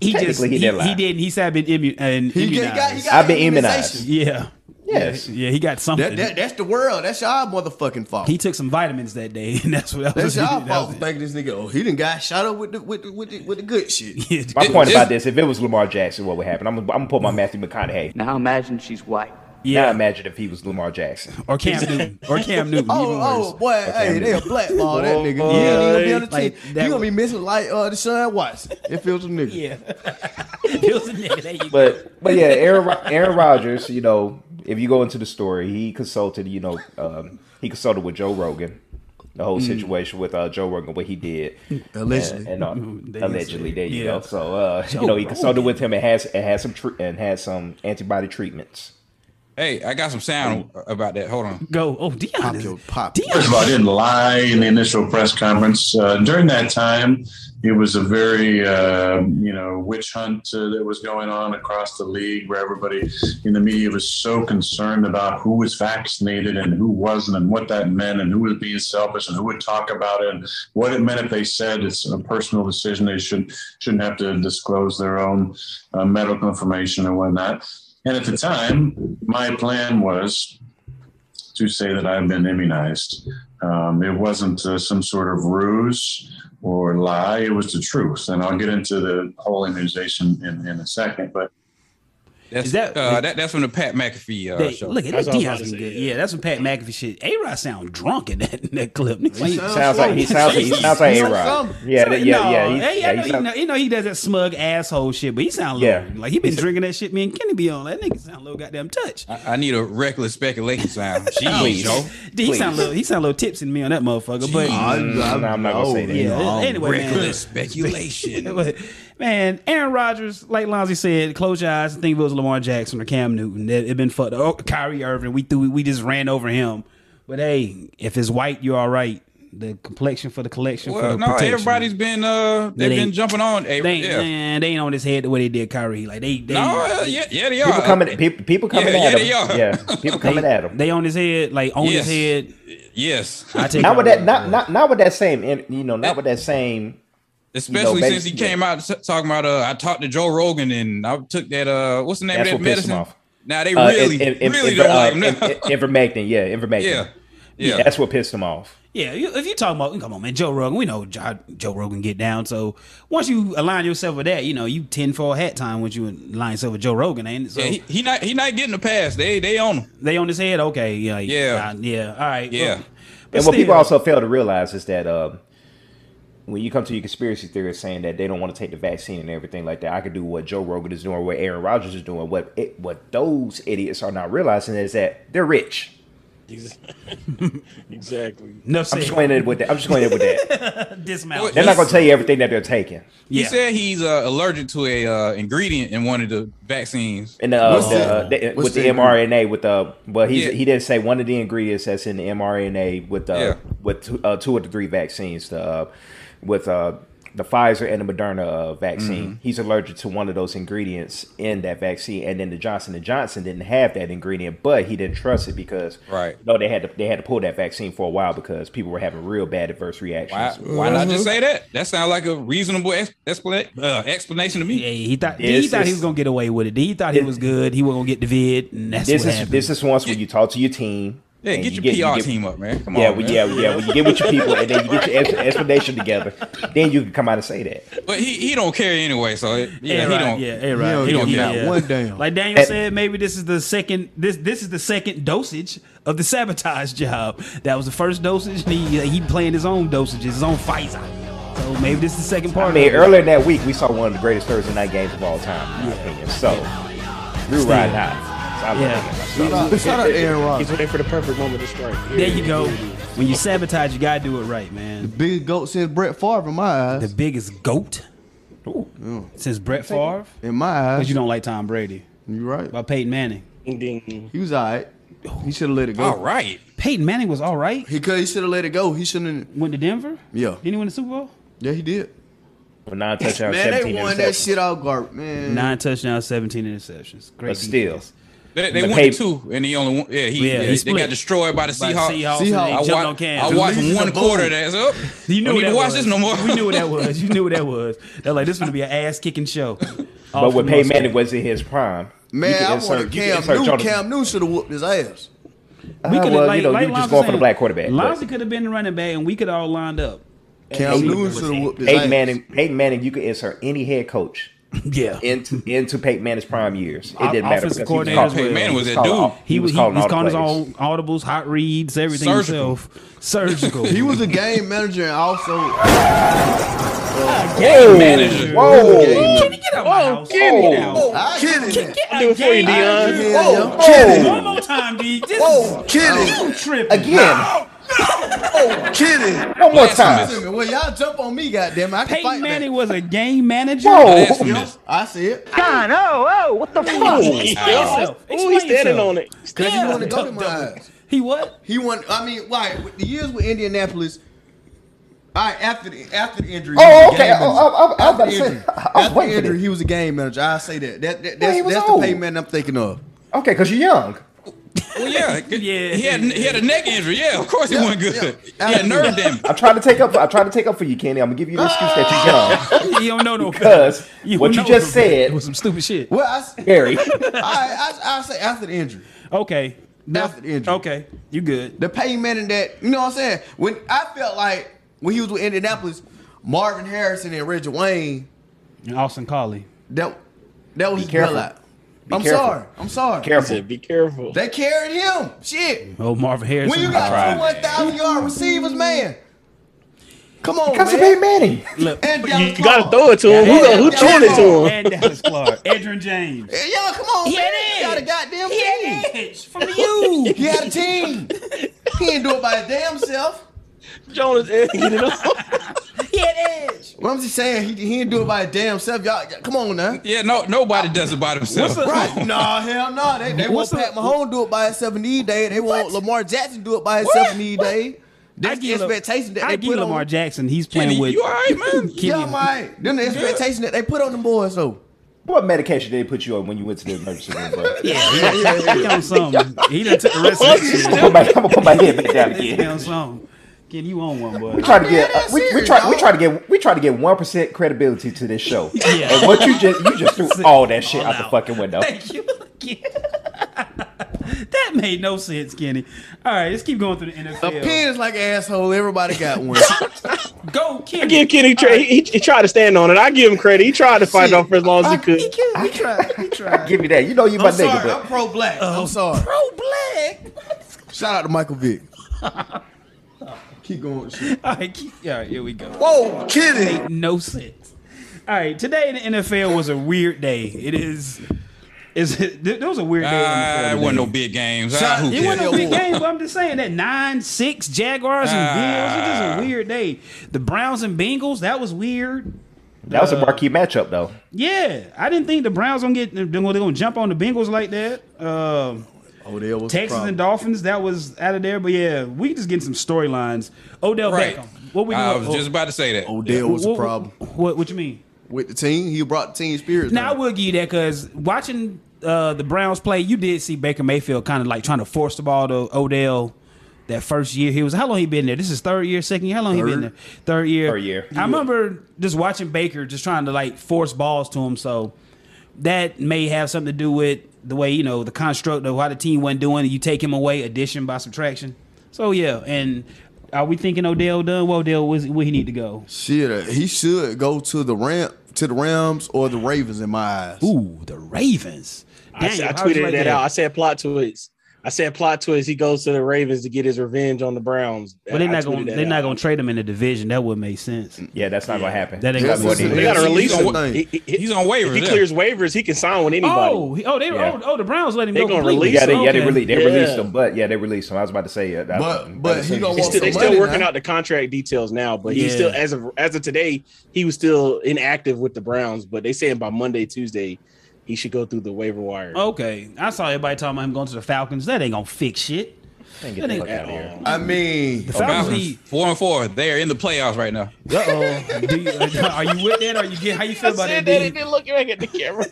[SPEAKER 1] He just
[SPEAKER 2] Technically,
[SPEAKER 1] he,
[SPEAKER 2] he didn't lie.
[SPEAKER 1] he didn't. He said I've been immu- and
[SPEAKER 3] He,
[SPEAKER 1] immunized.
[SPEAKER 3] got, he got. he got
[SPEAKER 2] I've been
[SPEAKER 3] immunization.
[SPEAKER 1] yeah.
[SPEAKER 2] Yes.
[SPEAKER 1] Yeah, he got something.
[SPEAKER 3] That, that, that's the world. That's y'all motherfucking fault.
[SPEAKER 1] he took some vitamins that day, and that's what that was.
[SPEAKER 3] that's y'all
[SPEAKER 1] that
[SPEAKER 3] fault
[SPEAKER 1] was
[SPEAKER 3] for
[SPEAKER 1] it.
[SPEAKER 3] thinking this nigga. Oh, he didn't got shot up with the with the with the, with the good shit.
[SPEAKER 1] Yeah,
[SPEAKER 2] My
[SPEAKER 4] It-
[SPEAKER 2] point
[SPEAKER 4] it-
[SPEAKER 2] about this, if it was Lamar Jackson, what would happen? I'm, I'm gonna put my Matthew McConaughey.
[SPEAKER 7] Now imagine she's white.
[SPEAKER 2] Now
[SPEAKER 1] yeah.
[SPEAKER 2] imagine if he was Lamar Jackson.
[SPEAKER 1] or Cam Newton, or Cam Newton.
[SPEAKER 3] Oh,
[SPEAKER 1] even
[SPEAKER 3] oh
[SPEAKER 1] worse. Oh,
[SPEAKER 3] boy, hey, they a blackball that nigga. Yeah, he ain't gonna be on the
[SPEAKER 1] Like,
[SPEAKER 3] team.
[SPEAKER 1] that
[SPEAKER 3] you gonna
[SPEAKER 1] was-
[SPEAKER 3] be missing like uh, Deshaun Watson if it was a nigga.
[SPEAKER 1] Yeah, it was a nigga. There you go.
[SPEAKER 2] But but yeah, Aaron Ro- Aaron Rodgers. You know, if you go into the story, he consulted. You know, um, he consulted with Joe Rogan. the
[SPEAKER 1] Mm.
[SPEAKER 2] whole situation with uh, Joe Rogan, what he did,
[SPEAKER 7] Allegedly.
[SPEAKER 2] and, and, uh,
[SPEAKER 1] Mm-hmm. They
[SPEAKER 2] allegedly.
[SPEAKER 1] said-
[SPEAKER 2] There you
[SPEAKER 1] yeah.
[SPEAKER 2] go. So uh, you know, he consulted with him and has and had some tre- and had some antibody treatments.
[SPEAKER 4] Hey, I got some sound about that. Hold on.
[SPEAKER 1] Go. Oh, Dion.
[SPEAKER 3] Pop
[SPEAKER 1] is-
[SPEAKER 3] your pop.
[SPEAKER 8] First of all, I didn't lie in the initial press conference. Uh, during that time, it was a very, uh, you know, witch hunt uh, that was going on across the league where everybody in the media was so concerned about who was vaccinated and who wasn't and what that meant and who was being selfish and who would talk about it and what it meant if they said it's a personal decision. They should, shouldn't have to disclose their own uh, medical information and whatnot. And at the time, my plan was to say that I've been immunized. Um, it wasn't uh, some sort of ruse or lie. It was the truth. And I'll get into the whole immunization in, in a second. But
[SPEAKER 4] That's
[SPEAKER 1] Is that-
[SPEAKER 4] uh, that that's from the Pat McAfee uh,
[SPEAKER 1] That-
[SPEAKER 4] show.
[SPEAKER 1] look at
[SPEAKER 6] That's
[SPEAKER 1] that.
[SPEAKER 6] what I was about
[SPEAKER 1] Dion's
[SPEAKER 6] to
[SPEAKER 1] been
[SPEAKER 6] say,
[SPEAKER 1] good.
[SPEAKER 6] yeah.
[SPEAKER 1] Yeah, that's some Pat McAfee shit. A Rod sound drunk in that, in that clip. Nigga. He-
[SPEAKER 2] Sounds like he sounds like he sounds like
[SPEAKER 3] He's
[SPEAKER 2] A
[SPEAKER 3] like
[SPEAKER 2] Rod.
[SPEAKER 3] some-
[SPEAKER 2] Yeah, that- yeah,
[SPEAKER 1] no,
[SPEAKER 2] yeah. he-
[SPEAKER 1] hey, I
[SPEAKER 2] yeah,
[SPEAKER 1] know,
[SPEAKER 2] he
[SPEAKER 1] you,
[SPEAKER 2] sound-
[SPEAKER 1] know, you know he does that smug asshole shit, but he sound a
[SPEAKER 2] Yeah.
[SPEAKER 1] little, like he been drinking that shit. Me and Kenny be on that nigga sound a little goddamn touch.
[SPEAKER 4] I, I need a reckless speculation sound. Jeez,
[SPEAKER 2] Please.
[SPEAKER 4] Joe.
[SPEAKER 1] Dude, he sound a little he sound a little tipsy to me on that motherfucker. But
[SPEAKER 2] no, I'm not gonna
[SPEAKER 3] Oh,
[SPEAKER 2] say that.
[SPEAKER 1] yeah,
[SPEAKER 3] no.
[SPEAKER 1] anyway, man.
[SPEAKER 4] Um, Reckless speculation.
[SPEAKER 1] But man, Aaron Rodgers, like Lonzy said, close your eyes and think if it was Lamar Jackson or Cam Newton. It, it been fucked. Oh, Kyrie Irving, we threw, we just ran over him. But hey, if it's white, you're all right. The complexion for the collection for
[SPEAKER 4] Well,
[SPEAKER 1] the
[SPEAKER 4] no,
[SPEAKER 1] protection.
[SPEAKER 4] everybody's been uh, they've
[SPEAKER 1] They-
[SPEAKER 4] been jumping on. They,
[SPEAKER 1] they ain't,
[SPEAKER 4] yeah.
[SPEAKER 1] man, they ain't on his head the way they did Kyrie. Like they, they
[SPEAKER 4] No, uh, yeah, yeah, they are.
[SPEAKER 2] People coming, people, people coming
[SPEAKER 4] Yeah, yeah,
[SPEAKER 2] at
[SPEAKER 4] they
[SPEAKER 2] him.
[SPEAKER 4] are.
[SPEAKER 2] Yeah,
[SPEAKER 1] they,
[SPEAKER 2] people coming at him.
[SPEAKER 1] They on his head, like on his
[SPEAKER 4] Yes.
[SPEAKER 1] head.
[SPEAKER 4] Yes,
[SPEAKER 1] I take
[SPEAKER 2] Not with
[SPEAKER 1] Kyrie.
[SPEAKER 2] that, not not not with that same, in- you know, not with that same.
[SPEAKER 4] especially
[SPEAKER 2] basi-
[SPEAKER 4] since he came out t- talking about. Uh, I talked to Joe Rogan and I took that. Uh, what's the name
[SPEAKER 2] That's
[SPEAKER 4] of
[SPEAKER 2] what
[SPEAKER 4] that
[SPEAKER 2] pissed him
[SPEAKER 4] medicine?
[SPEAKER 2] off.
[SPEAKER 4] Now they
[SPEAKER 2] Uh,
[SPEAKER 4] really,
[SPEAKER 2] in- in-
[SPEAKER 4] really
[SPEAKER 2] in-
[SPEAKER 4] don't
[SPEAKER 2] uh,
[SPEAKER 4] like him.
[SPEAKER 2] in-
[SPEAKER 4] now.
[SPEAKER 2] in- Ivermectin, yeah, Ivermectin.
[SPEAKER 4] yeah, yeah.
[SPEAKER 2] that's what pissed him off.
[SPEAKER 1] Yeah, you- if you talking about, come on, man, Joe Rogan, we know Jo- Joe Rogan get down. So once you align yourself with that, you know you tenfold hat time once you align yourself with Joe Rogan, ain't it? So
[SPEAKER 4] Yeah, he, he not he not getting a pass. They they on him.
[SPEAKER 1] they on his head, okay, yeah, like,
[SPEAKER 4] Yeah.
[SPEAKER 1] uh, yeah, all right,
[SPEAKER 4] Yeah.
[SPEAKER 1] well, but
[SPEAKER 2] And what people
[SPEAKER 1] still-
[SPEAKER 2] also fail to realize is that um, when you come to your conspiracy theorists saying that they don't want to take the vaccine and everything like that, I could do what Joe Rogan is doing, what Aaron Rodgers is doing. What it, what those idiots are not realizing is that they're rich.
[SPEAKER 6] Exactly.
[SPEAKER 1] enough
[SPEAKER 2] I'm
[SPEAKER 1] said.
[SPEAKER 2] just going in with that. I'm just going in with that.
[SPEAKER 1] dismount.
[SPEAKER 4] Well,
[SPEAKER 2] They're not going to tell you everything that they're taking.
[SPEAKER 4] He
[SPEAKER 1] Yeah.
[SPEAKER 4] said he's uh, allergic to a uh, ingredient in one of the vaccines.
[SPEAKER 2] And the, uh,
[SPEAKER 3] What's
[SPEAKER 2] the, uh,
[SPEAKER 3] the-
[SPEAKER 2] the-
[SPEAKER 3] what's
[SPEAKER 2] with the,
[SPEAKER 3] the
[SPEAKER 2] mRNA, with the well, he
[SPEAKER 4] Yeah.
[SPEAKER 2] he did say one of the ingredients that's in the mRNA with uh,
[SPEAKER 4] Yeah.
[SPEAKER 2] with two, uh, two of the three vaccines, the uh, with uh, the Pfizer and the Moderna uh, vaccine.
[SPEAKER 4] Mm-hmm.
[SPEAKER 2] He's allergic to one of those ingredients in that vaccine, and then the Johnson and Johnson didn't have that ingredient, but he didn't trust it because
[SPEAKER 4] Right.
[SPEAKER 2] no, they had to they had to pull that vaccine for a while because people were having real bad adverse
[SPEAKER 4] Why,
[SPEAKER 2] reactions.
[SPEAKER 4] why not just say that? That sounds like a reasonable ex- expla- uh, explanation to
[SPEAKER 1] Yeah,
[SPEAKER 4] me.
[SPEAKER 1] he thought he
[SPEAKER 2] This
[SPEAKER 1] thought he
[SPEAKER 2] is-
[SPEAKER 1] was gonna get away with it. He thought he was good. He was gonna get the vid, and that's
[SPEAKER 2] This
[SPEAKER 1] what
[SPEAKER 2] is
[SPEAKER 1] happened.
[SPEAKER 2] this is once when you talk to your team.
[SPEAKER 4] Yeah,
[SPEAKER 2] and
[SPEAKER 4] get your
[SPEAKER 2] you you
[SPEAKER 4] PR
[SPEAKER 2] get-
[SPEAKER 4] team up, man. Come
[SPEAKER 2] Yeah,
[SPEAKER 4] on.
[SPEAKER 2] well,
[SPEAKER 4] man.
[SPEAKER 2] yeah, yeah. When you get with your people and then you get your ex- explanation together, then you can come out and say that.
[SPEAKER 4] But he, he don't care anyway, so it, yeah,
[SPEAKER 1] Yeah,
[SPEAKER 4] he
[SPEAKER 1] right,
[SPEAKER 4] don't.
[SPEAKER 1] Yeah,
[SPEAKER 4] Yeah.
[SPEAKER 1] yeah, right.
[SPEAKER 3] don't
[SPEAKER 1] He don't
[SPEAKER 4] give
[SPEAKER 1] get
[SPEAKER 4] out
[SPEAKER 1] yeah.
[SPEAKER 3] one damn.
[SPEAKER 1] Like Daniel
[SPEAKER 2] And-
[SPEAKER 1] said, maybe this is the second. This this is the second dosage of the sabotage job. That was the first dosage. And he he playing his own dosages, his own Pfizer. So maybe this is the second part.
[SPEAKER 2] I
[SPEAKER 1] of
[SPEAKER 2] mean,
[SPEAKER 1] it.
[SPEAKER 2] earlier that week we saw one of the greatest Thursday night games of all time, in my opinion. So we ride high. So I'm
[SPEAKER 1] Yeah.
[SPEAKER 2] thinking myself,
[SPEAKER 3] Shout out- Shout out to Aaron
[SPEAKER 6] He's
[SPEAKER 3] Rodgers.
[SPEAKER 6] waiting for the perfect moment to strike.
[SPEAKER 1] There you go. When you sabotage, you gotta do it right, man.
[SPEAKER 3] Biggest goat since Brett Favre in my
[SPEAKER 1] The
[SPEAKER 3] eyes.
[SPEAKER 1] biggest goat since Brett Favre,
[SPEAKER 3] In my eyes.
[SPEAKER 1] because you don't like Tom Brady,
[SPEAKER 3] You right.
[SPEAKER 1] by Peyton Manning.
[SPEAKER 6] Ding ding.
[SPEAKER 3] He was all right. He should have let it go.
[SPEAKER 4] All right.
[SPEAKER 1] Peyton Manning was all right.
[SPEAKER 3] He could. He should have let it go. He shouldn't.
[SPEAKER 1] Went to Denver.
[SPEAKER 3] Yeah.
[SPEAKER 1] Didn't he win the Super Bowl?
[SPEAKER 3] Yeah, he did.
[SPEAKER 2] with nine touchdowns,
[SPEAKER 3] Man, they
[SPEAKER 2] seventeen
[SPEAKER 3] won that
[SPEAKER 2] interceptions.
[SPEAKER 3] shit out, guard. Man,
[SPEAKER 1] Nine touchdowns, seventeen interceptions. Great.
[SPEAKER 2] But still,
[SPEAKER 1] defense.
[SPEAKER 4] They, they
[SPEAKER 2] The
[SPEAKER 4] won
[SPEAKER 2] pay-
[SPEAKER 4] the two, and he only won. Yeah, he,
[SPEAKER 1] Yeah, he
[SPEAKER 4] yeah, they
[SPEAKER 1] split.
[SPEAKER 4] got destroyed by the
[SPEAKER 1] By
[SPEAKER 4] Seahawks.
[SPEAKER 1] Seahawks.
[SPEAKER 3] Seahawks.
[SPEAKER 1] and they
[SPEAKER 4] I,
[SPEAKER 1] jumped
[SPEAKER 4] wa-
[SPEAKER 1] on Cam.
[SPEAKER 4] I
[SPEAKER 3] The
[SPEAKER 4] watched
[SPEAKER 3] league's in
[SPEAKER 4] one
[SPEAKER 3] the
[SPEAKER 4] quarter of
[SPEAKER 3] bowl.
[SPEAKER 4] that's up.
[SPEAKER 1] You knew
[SPEAKER 4] Don't
[SPEAKER 1] what
[SPEAKER 4] even
[SPEAKER 1] that
[SPEAKER 4] watch
[SPEAKER 1] was.
[SPEAKER 4] this no more.
[SPEAKER 1] We knew what that was. You knew what that was. They're like, this is gonna be an ass kicking show.
[SPEAKER 2] but when Peyton Manning was in his prime, you
[SPEAKER 3] man,
[SPEAKER 2] can
[SPEAKER 3] I
[SPEAKER 2] insert-
[SPEAKER 3] want
[SPEAKER 2] you can
[SPEAKER 3] Cam
[SPEAKER 2] insert
[SPEAKER 3] Newton.
[SPEAKER 2] Jonathan-
[SPEAKER 3] Cam Newton should have whooped his ass.
[SPEAKER 1] we
[SPEAKER 2] Ah,
[SPEAKER 1] could
[SPEAKER 2] well,
[SPEAKER 1] like,
[SPEAKER 2] you know,
[SPEAKER 1] like
[SPEAKER 2] you
[SPEAKER 1] Lonzo
[SPEAKER 2] just going for the
[SPEAKER 1] saying,
[SPEAKER 2] black quarterback, but-
[SPEAKER 1] Lonzo could have been the running back, and we could all lined up.
[SPEAKER 3] Cam
[SPEAKER 2] Hey,
[SPEAKER 3] Newton
[SPEAKER 2] listen.
[SPEAKER 3] should have whooped his ass.
[SPEAKER 2] Peyton Manning, Peyton Manning, you could insert any head coach
[SPEAKER 1] Yeah,
[SPEAKER 2] into into Peyton Manning's prime years. It
[SPEAKER 1] Our
[SPEAKER 2] didn't matter
[SPEAKER 1] offensive
[SPEAKER 2] because he
[SPEAKER 1] coordinator
[SPEAKER 2] was calling-
[SPEAKER 1] as well. Peyton
[SPEAKER 4] Manning was
[SPEAKER 2] he
[SPEAKER 4] that
[SPEAKER 2] calling
[SPEAKER 4] dude.
[SPEAKER 2] all-
[SPEAKER 1] he was. He,
[SPEAKER 2] calling all
[SPEAKER 1] was
[SPEAKER 2] the
[SPEAKER 1] calling his
[SPEAKER 2] plays.
[SPEAKER 1] own audibles, hot reads, everything
[SPEAKER 4] Surgical.
[SPEAKER 1] himself. Surgical.
[SPEAKER 3] He was a game manager and also
[SPEAKER 2] Whoa!
[SPEAKER 4] manager.
[SPEAKER 2] Whoa!
[SPEAKER 1] Can you get out of
[SPEAKER 2] oh,
[SPEAKER 1] my house?
[SPEAKER 6] get me
[SPEAKER 1] Now.
[SPEAKER 3] I kidding it.
[SPEAKER 6] Do it for you, Dion.
[SPEAKER 2] Oh,
[SPEAKER 3] Yeah, yo.
[SPEAKER 2] Whoa!
[SPEAKER 1] One more time, D. This is
[SPEAKER 2] Oh.
[SPEAKER 3] Kidding.
[SPEAKER 1] you tripping.
[SPEAKER 2] Again,
[SPEAKER 7] kidding.
[SPEAKER 2] One more
[SPEAKER 4] Blasphemous.
[SPEAKER 2] time.
[SPEAKER 3] Well, y'all jump on me, goddamn. I can
[SPEAKER 1] Peyton
[SPEAKER 3] fight
[SPEAKER 1] Manning
[SPEAKER 3] that.
[SPEAKER 1] was a game manager.
[SPEAKER 2] Whoa.
[SPEAKER 4] Blasphemous.
[SPEAKER 3] I see it.
[SPEAKER 5] John, oh, oh, what the fuck?
[SPEAKER 1] Explain yourself.
[SPEAKER 5] Ooh,
[SPEAKER 1] Explain
[SPEAKER 5] he's standing
[SPEAKER 1] yourself.
[SPEAKER 5] on it.
[SPEAKER 3] He
[SPEAKER 1] Yeah.
[SPEAKER 3] want to go to my eyes.
[SPEAKER 1] He what?
[SPEAKER 3] He won. I mean, why? With the years with Indianapolis. All right, after the after the injury. he
[SPEAKER 2] Oh,
[SPEAKER 3] was a
[SPEAKER 2] okay.
[SPEAKER 3] game
[SPEAKER 2] Oh, I-
[SPEAKER 3] manager.
[SPEAKER 2] I- I was about to
[SPEAKER 3] After
[SPEAKER 2] say,
[SPEAKER 3] injury.
[SPEAKER 2] I was waiting
[SPEAKER 3] After
[SPEAKER 2] for
[SPEAKER 3] injury,
[SPEAKER 2] that.
[SPEAKER 3] he was a game manager. I say that. That, that
[SPEAKER 2] he
[SPEAKER 3] that's,
[SPEAKER 2] was
[SPEAKER 3] that's
[SPEAKER 2] old.
[SPEAKER 3] the Peyton Manning I'm thinking of.
[SPEAKER 2] Okay, because you're young.
[SPEAKER 4] Well, yeah,
[SPEAKER 1] Yeah.
[SPEAKER 4] He had he had a neck injury. Yeah, of course he wasn't good.
[SPEAKER 3] yeah.
[SPEAKER 4] He had nerve damage.
[SPEAKER 2] I tried to take up. I tried to take up for you, Kenny. I'm gonna give you the excuse that you're young
[SPEAKER 1] You don't know no
[SPEAKER 2] because
[SPEAKER 1] You
[SPEAKER 2] what you
[SPEAKER 1] know
[SPEAKER 2] just
[SPEAKER 1] some-
[SPEAKER 2] said
[SPEAKER 1] It was some stupid shit.
[SPEAKER 3] Well, I, s-
[SPEAKER 2] Gary.
[SPEAKER 3] I, I, I say after the injury.
[SPEAKER 1] Okay. Now-
[SPEAKER 3] After the injury.
[SPEAKER 1] Okay. You good.
[SPEAKER 3] The Peyton Manning that you know what I'm saying. When I felt like when he was with Indianapolis, Marvin Harrison and Reggie Wayne,
[SPEAKER 1] And Austin Collie.
[SPEAKER 3] that that was his
[SPEAKER 2] careful.
[SPEAKER 3] bailout.
[SPEAKER 2] Be
[SPEAKER 3] I'm
[SPEAKER 2] careful.
[SPEAKER 3] sorry. I'm sorry.
[SPEAKER 5] I
[SPEAKER 2] Careful.
[SPEAKER 5] said, be careful.
[SPEAKER 3] They carried him. Shit.
[SPEAKER 1] Oh, Marvin Harrison.
[SPEAKER 3] When you
[SPEAKER 4] tried.
[SPEAKER 3] got two one thousand yard receivers, man. Come on,
[SPEAKER 2] Because of
[SPEAKER 3] man.
[SPEAKER 2] Peyton Manning.
[SPEAKER 1] Look.
[SPEAKER 3] And
[SPEAKER 5] You,
[SPEAKER 3] Dallas
[SPEAKER 5] you gotta
[SPEAKER 3] Clark.
[SPEAKER 5] throw it to him. Who, gonna- who
[SPEAKER 3] Yeah.
[SPEAKER 5] throwing it to him?
[SPEAKER 1] And Dallas Clark. Edrin James.
[SPEAKER 3] Yeah, Y'all, come on, man. He got a goddamn team.
[SPEAKER 1] Edge from you.
[SPEAKER 3] He had a team. he didn't do it by his damn self.
[SPEAKER 5] Jonas, eh, you know?
[SPEAKER 3] Well, I'm just saying, he, he didn't do it by his damn self. Y'all, come on now.
[SPEAKER 4] Yeah, no, nobody does it by themselves.
[SPEAKER 3] Right. nah, hell no. They, they want
[SPEAKER 1] What's
[SPEAKER 3] Pat
[SPEAKER 1] up?
[SPEAKER 3] Mahomes do it by himself in these days. They want Lamar Jackson do it by himself in these days.
[SPEAKER 1] I
[SPEAKER 3] That's the
[SPEAKER 1] give Lam-
[SPEAKER 3] expectation that
[SPEAKER 1] I
[SPEAKER 3] they
[SPEAKER 1] give
[SPEAKER 3] put
[SPEAKER 1] Lamar
[SPEAKER 3] on.
[SPEAKER 1] Jackson. He's playing
[SPEAKER 4] Kenny,
[SPEAKER 1] with.
[SPEAKER 4] you all right, man?
[SPEAKER 1] Kenny.
[SPEAKER 3] Yeah, my. Then the expectation that they put on them boys, though.
[SPEAKER 2] What medication did they put you on when you went to the emergency room? Bro?
[SPEAKER 1] He on something. He done took the rest of that
[SPEAKER 2] I'm, gonna put my, I'm gonna put my head back down
[SPEAKER 1] shit.
[SPEAKER 2] again.
[SPEAKER 1] He on something. Kenny, you on one, boy.
[SPEAKER 2] We try to get
[SPEAKER 3] Man,
[SPEAKER 2] uh, we, we
[SPEAKER 3] serious,
[SPEAKER 2] try we
[SPEAKER 3] dog.
[SPEAKER 2] try to get we try to get one percent credibility to this show.
[SPEAKER 1] Yeah.
[SPEAKER 2] And what you just you just threw all that shit
[SPEAKER 1] All
[SPEAKER 2] out, the
[SPEAKER 1] out.
[SPEAKER 2] fucking window.
[SPEAKER 1] Thank you. Kenny. that made no sense, Kenny. All right, let's keep going through the
[SPEAKER 3] A
[SPEAKER 1] NFL.
[SPEAKER 3] pen is like an asshole. Everybody got one.
[SPEAKER 1] Go, Kenny.
[SPEAKER 5] Give Kenny, tra- he, he tried to stand on it. I give him credit. He tried to fight
[SPEAKER 3] Shit.
[SPEAKER 5] off for as long as he could.
[SPEAKER 3] he tried. He tried.
[SPEAKER 2] Give me that. You know you my
[SPEAKER 3] I'm
[SPEAKER 2] nigga,
[SPEAKER 3] sorry. I'm
[SPEAKER 2] but
[SPEAKER 3] pro black. I'm sorry.
[SPEAKER 1] Pro black.
[SPEAKER 3] Shout out to Michael Vick. Keep going. with shit.
[SPEAKER 1] All right, keep, all right, here we go.
[SPEAKER 7] Whoa, kidding.
[SPEAKER 1] no sense. All right, today in the NFL was a weird day. It is. Is it, there was a weird day. in the NFL
[SPEAKER 4] Uh, it
[SPEAKER 1] today.
[SPEAKER 4] wasn't no big games.
[SPEAKER 3] Shot-
[SPEAKER 4] Ah, who
[SPEAKER 3] it
[SPEAKER 1] It
[SPEAKER 4] cares?
[SPEAKER 1] wasn't
[SPEAKER 3] Yeah.
[SPEAKER 1] a big game, but I'm just saying that nine six Jaguars and Bills. It was just
[SPEAKER 4] Ah.
[SPEAKER 1] a weird day. The Browns and Bengals. That was weird.
[SPEAKER 2] that was a
[SPEAKER 1] Uh,
[SPEAKER 2] marquee matchup though.
[SPEAKER 1] Yeah, I didn't think the Browns gonna get. They're gonna, they're gonna jump on the Bengals like that. Um,
[SPEAKER 3] Odell was the
[SPEAKER 1] Texans
[SPEAKER 3] problem.
[SPEAKER 1] and Dolphins. That was out of there. But yeah, we just getting some storylines. Odell
[SPEAKER 4] Right.
[SPEAKER 1] Beckham. What we doing?
[SPEAKER 4] I was just about to say that.
[SPEAKER 1] Oh,
[SPEAKER 3] Odell was the
[SPEAKER 1] what-
[SPEAKER 3] problem
[SPEAKER 1] What? What you mean?
[SPEAKER 3] with the team. He brought the team spirit.
[SPEAKER 1] Now I
[SPEAKER 3] down.
[SPEAKER 1] will give you that because watching uh, the Browns play, you did see Baker Mayfield kind of like trying to force the ball to Odell. That first year he was how long he been there? This is third year, second year. How long he been
[SPEAKER 3] Third.
[SPEAKER 1] there? Third year.
[SPEAKER 2] Third year.
[SPEAKER 1] I remember just watching Baker just trying to like force balls to him. So that may have something to do with the way you know the construct of how the team wasn't doing. You take him away, addition by subtraction. So yeah, and are we thinking Odell done? Well, Odell was where he need to go.
[SPEAKER 3] Shit, uh, he should go to the Ram to the Rams or the Ravens in my eyes.
[SPEAKER 1] Ooh, the Ravens.
[SPEAKER 5] I,
[SPEAKER 1] Dang,
[SPEAKER 5] said- I
[SPEAKER 1] how was
[SPEAKER 5] tweeted
[SPEAKER 1] right
[SPEAKER 5] that
[SPEAKER 1] there?
[SPEAKER 5] out. I said plot twist. I said plot twist. He goes to the Ravens to get his revenge on the Browns.
[SPEAKER 1] But they're
[SPEAKER 5] I
[SPEAKER 1] not
[SPEAKER 5] tweeted
[SPEAKER 1] going.
[SPEAKER 5] that
[SPEAKER 1] They're not
[SPEAKER 5] out.
[SPEAKER 1] going to trade him in the division. That would make sense.
[SPEAKER 2] Yeah, that's not gonna happen.
[SPEAKER 1] That ain't
[SPEAKER 3] This
[SPEAKER 1] gonna
[SPEAKER 3] is-
[SPEAKER 1] happen.
[SPEAKER 5] They gotta
[SPEAKER 3] this
[SPEAKER 5] release
[SPEAKER 3] is
[SPEAKER 5] him.
[SPEAKER 3] the thing.
[SPEAKER 5] He- he- he-
[SPEAKER 4] He's on waivers.
[SPEAKER 5] If he
[SPEAKER 4] yeah.
[SPEAKER 5] clears waivers, he can sign with anybody.
[SPEAKER 1] Oh, he- oh, they,
[SPEAKER 2] Yeah.
[SPEAKER 1] oh, oh, the Browns let him
[SPEAKER 5] They
[SPEAKER 1] go.
[SPEAKER 5] gonna
[SPEAKER 1] completely.
[SPEAKER 5] release
[SPEAKER 2] yeah, they, yeah, they
[SPEAKER 1] Okay.
[SPEAKER 2] released. They
[SPEAKER 5] Yeah.
[SPEAKER 2] released them, but yeah, they released them. I was about to say, yeah, that,
[SPEAKER 3] But-
[SPEAKER 2] that-
[SPEAKER 3] but he gonna
[SPEAKER 5] They
[SPEAKER 3] want
[SPEAKER 5] still, they
[SPEAKER 3] some
[SPEAKER 5] still
[SPEAKER 3] money
[SPEAKER 5] working
[SPEAKER 3] now.
[SPEAKER 5] out the contract details now, but he's
[SPEAKER 1] Yeah.
[SPEAKER 5] still as of as of today, he was still inactive with the Browns. But they saying by Monday, Tuesday, he should go through the waiver wire.
[SPEAKER 1] Okay, I saw everybody talking about him going to the Falcons. That ain't gonna fix shit.
[SPEAKER 2] Get the fuck out of here.
[SPEAKER 3] I mean,
[SPEAKER 1] The Falcons.
[SPEAKER 4] Falcons, four and four. They're in the playoffs right now.
[SPEAKER 1] Uh oh. Are you with that? Or you get? How you feel about that? D?
[SPEAKER 5] didn't look right at the camera.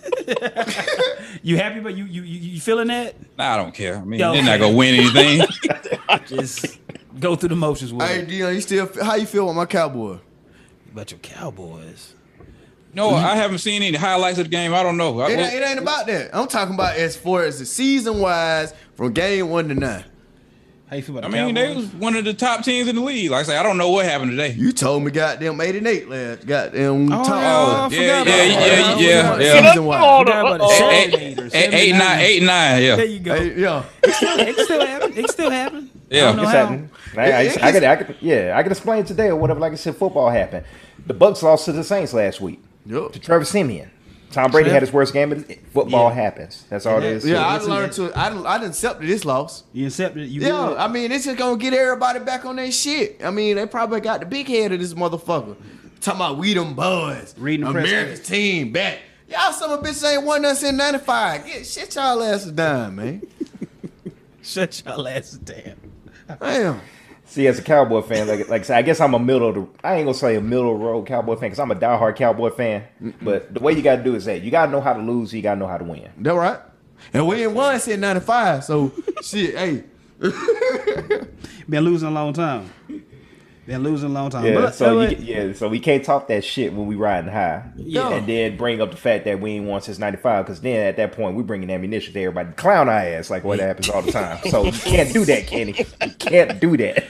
[SPEAKER 1] You happy? But you you you you feeling that?
[SPEAKER 4] Nah, I don't care. I mean,
[SPEAKER 1] Yo.
[SPEAKER 4] they're not gonna win anything.
[SPEAKER 1] Just go through the motions with
[SPEAKER 3] hey
[SPEAKER 1] it.
[SPEAKER 3] Dion, you still how you feel about my cowboy?
[SPEAKER 1] But your Cowboys.
[SPEAKER 4] no, I haven't seen any highlights of the game. I don't know. I-
[SPEAKER 3] It, ain't- it ain't about that. I'm talking about as far as the season wise from game one to nine.
[SPEAKER 1] How you feel
[SPEAKER 4] I
[SPEAKER 1] about? the
[SPEAKER 4] mean, they was
[SPEAKER 1] Cowboys?
[SPEAKER 4] one of the top teams in the league. Like I say, I don't know what happened today.
[SPEAKER 3] You told me goddamn eight and eight last goddamn Oh,
[SPEAKER 1] Oh,
[SPEAKER 3] time.
[SPEAKER 1] I
[SPEAKER 4] yeah,
[SPEAKER 1] forgot
[SPEAKER 4] yeah,
[SPEAKER 1] about
[SPEAKER 4] yeah,
[SPEAKER 1] that.
[SPEAKER 4] yeah,
[SPEAKER 1] Forgot
[SPEAKER 4] yeah.
[SPEAKER 3] Season wise.
[SPEAKER 1] about the
[SPEAKER 4] Eight, eight,
[SPEAKER 1] Serenaders,
[SPEAKER 4] eight, eight, nine,
[SPEAKER 1] 79ers.
[SPEAKER 4] eight, nine.
[SPEAKER 1] There
[SPEAKER 4] Yeah,
[SPEAKER 1] you go.
[SPEAKER 3] Hey, yeah.
[SPEAKER 1] It still happened. It still happened.
[SPEAKER 4] Yeah.
[SPEAKER 1] I don't know
[SPEAKER 2] It's
[SPEAKER 1] how.
[SPEAKER 2] happening. I, I, I, could, I could, yeah, I can explain today or whatever. Like I said, football happened. The Bucks lost to the Saints last week
[SPEAKER 3] Yup.
[SPEAKER 2] to Trevor Simeon. Tom Brady had his worst game. Of football
[SPEAKER 1] Yeah.
[SPEAKER 2] happens. That's all it is.
[SPEAKER 3] Yeah, I
[SPEAKER 1] it's a-
[SPEAKER 3] learned to. I I accepted this loss.
[SPEAKER 1] You accepted. You
[SPEAKER 3] Yeah,
[SPEAKER 1] did.
[SPEAKER 3] I mean, it's just gonna get everybody back on their shit. I mean, they probably got the big head of this motherfucker. Talking about we them boys.
[SPEAKER 1] Reading the press
[SPEAKER 3] America's team back. Y'all some of bitches ain't won us in 95. Get shit y'all asses down, man.
[SPEAKER 1] shut your ass down.
[SPEAKER 3] Damn.
[SPEAKER 2] See, as a Cowboy fan, like like I said, I guess I'm a middle. Of the, I ain't gonna say a middle road Cowboy fan because I'm a diehard Cowboy fan. But the way you got to do is that you got to know how to lose. You got to know how to win.
[SPEAKER 3] That right? And we ain't won since 95, so shit, hey.
[SPEAKER 1] Been losing a long time. Been losing a long time.
[SPEAKER 2] Yeah.
[SPEAKER 1] but, uh,
[SPEAKER 2] so
[SPEAKER 1] but-
[SPEAKER 2] you, yeah. So we can't talk that shit when we riding high.
[SPEAKER 1] Yeah.
[SPEAKER 2] And then bring up the fact that we ain't won since '95 because then at that point we bringing ammunition to everybody. Clown our ass like what happens all the time. So you can't do that, Kenny. You can't do that.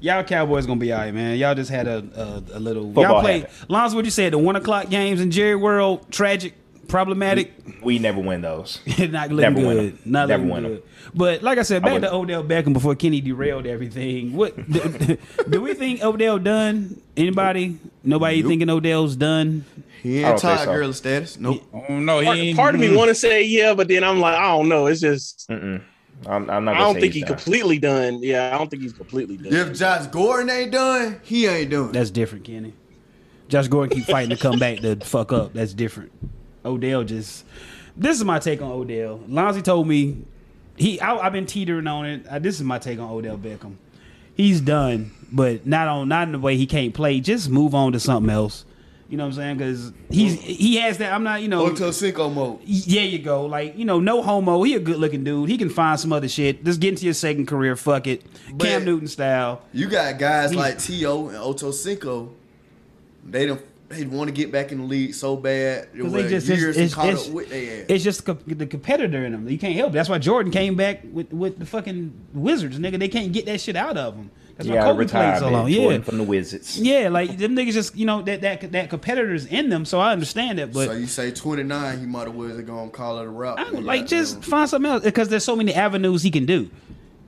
[SPEAKER 1] y'all Cowboys gonna be all right, man. Y'all just had a a, a little. uh, y'all
[SPEAKER 2] Football
[SPEAKER 1] played.
[SPEAKER 2] happened.
[SPEAKER 1] Lonzo, what you said? The one o'clock games in Jerry World, tragic, problematic.
[SPEAKER 2] We never win those.
[SPEAKER 1] not looking
[SPEAKER 2] Never win 'em.
[SPEAKER 1] good. Not
[SPEAKER 2] Never
[SPEAKER 1] looking
[SPEAKER 2] win 'em.
[SPEAKER 1] good. But like I said, back
[SPEAKER 2] wouldn't.
[SPEAKER 1] to Odell Beckham before Kenny derailed everything. What do, do we think Odell done? Anybody? Nobody thinking Odell's done?
[SPEAKER 3] He
[SPEAKER 2] I don't
[SPEAKER 3] ain't
[SPEAKER 2] think
[SPEAKER 3] Todd
[SPEAKER 2] so.
[SPEAKER 3] Gurley status. Nope.
[SPEAKER 4] Oh, no, he
[SPEAKER 5] Part,
[SPEAKER 4] ain't-
[SPEAKER 5] part of me want to say yeah, but then I'm like, I don't know. It's just
[SPEAKER 2] I'm, I'm not. Gonna
[SPEAKER 5] I don't
[SPEAKER 2] say
[SPEAKER 5] think
[SPEAKER 2] he's
[SPEAKER 5] he
[SPEAKER 2] done.
[SPEAKER 5] completely done. Yeah, I don't think he's completely done.
[SPEAKER 3] If Josh Gordon ain't done, he ain't doing.
[SPEAKER 1] That's different, Kenny. Josh Gordon keep fighting to come back to fuck up. That's different. Odell just. This is my take on Odell. Lonzy told me he. I, I've been teetering on it. Uh, this is my take on Odell Beckham. He's done, but not on not in the way he can't play. Just move on to something else. You know what I'm saying? Because he's he has that. I'm not. You know.
[SPEAKER 3] Ocho Cinco mode.
[SPEAKER 1] Yeah, you go. Like you know, no homo. He a good looking dude. He can find some other shit. Just get into your second career. Fuck it.
[SPEAKER 3] But-
[SPEAKER 1] Cam Newton style.
[SPEAKER 3] You got guys
[SPEAKER 1] He's-
[SPEAKER 3] like T.O. and Ocho Cinco. They don't. They want to get back in the league so bad. It
[SPEAKER 1] Because
[SPEAKER 3] was
[SPEAKER 1] they just
[SPEAKER 3] years
[SPEAKER 1] it's, it's,
[SPEAKER 3] caught
[SPEAKER 1] it's,
[SPEAKER 3] up with they ass.
[SPEAKER 1] it's just co- the competitor in them. You can't help. it. That's why Jordan came back with, with the fucking Wizards, nigga. They can't get that shit out of them. That's
[SPEAKER 2] You
[SPEAKER 1] why
[SPEAKER 2] gotta
[SPEAKER 1] Kobe
[SPEAKER 2] retire
[SPEAKER 1] played so
[SPEAKER 2] man,
[SPEAKER 1] long. Yeah,
[SPEAKER 2] Jordan from the Wizards.
[SPEAKER 1] yeah. Like them niggas just you know that that that competitor's in them. So I understand that, but.
[SPEAKER 3] so you say twenty nine, he might have was gonna call it a wrap.
[SPEAKER 1] I don't- like just find something else because there's so many avenues he can do.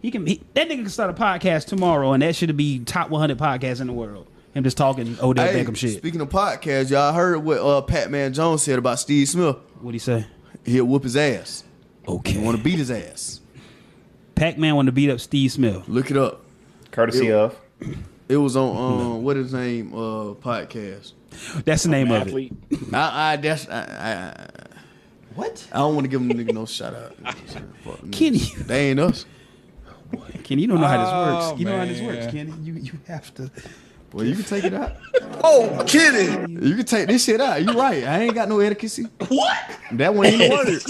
[SPEAKER 1] He can he, that nigga can start a podcast tomorrow and that should be top 100 podcasts in the world. Him just talking Odell
[SPEAKER 3] Hey,
[SPEAKER 1] Beckham shit.
[SPEAKER 3] speaking of podcasts, y'all heard what uh, Pat Man Jones said about Steve Smith.
[SPEAKER 1] What he say?
[SPEAKER 3] He'll whoop his ass.
[SPEAKER 1] Okay.
[SPEAKER 3] He want to beat his ass.
[SPEAKER 1] Pac Man want to beat up Steve Smith.
[SPEAKER 3] Look it up.
[SPEAKER 2] Courtesy
[SPEAKER 3] Ew.
[SPEAKER 2] of.
[SPEAKER 3] It was on um, what his name uh, podcast.
[SPEAKER 1] That's the name of it.
[SPEAKER 5] athlete.
[SPEAKER 3] I, I that's I, I, I
[SPEAKER 1] What?
[SPEAKER 3] I don't want to give him nigga no shout out. Fuck niggas.
[SPEAKER 1] Kenny.
[SPEAKER 3] they ain't us.
[SPEAKER 1] Kenny, you don't know how this works.
[SPEAKER 4] Oh,
[SPEAKER 1] you know how this
[SPEAKER 4] man.
[SPEAKER 1] works, Kenny. You you have to.
[SPEAKER 3] Well, you can take it out.
[SPEAKER 6] Oh, kidding.
[SPEAKER 3] You can take this shit out. You right. I ain't got no etiquette. What? That one ain't a word.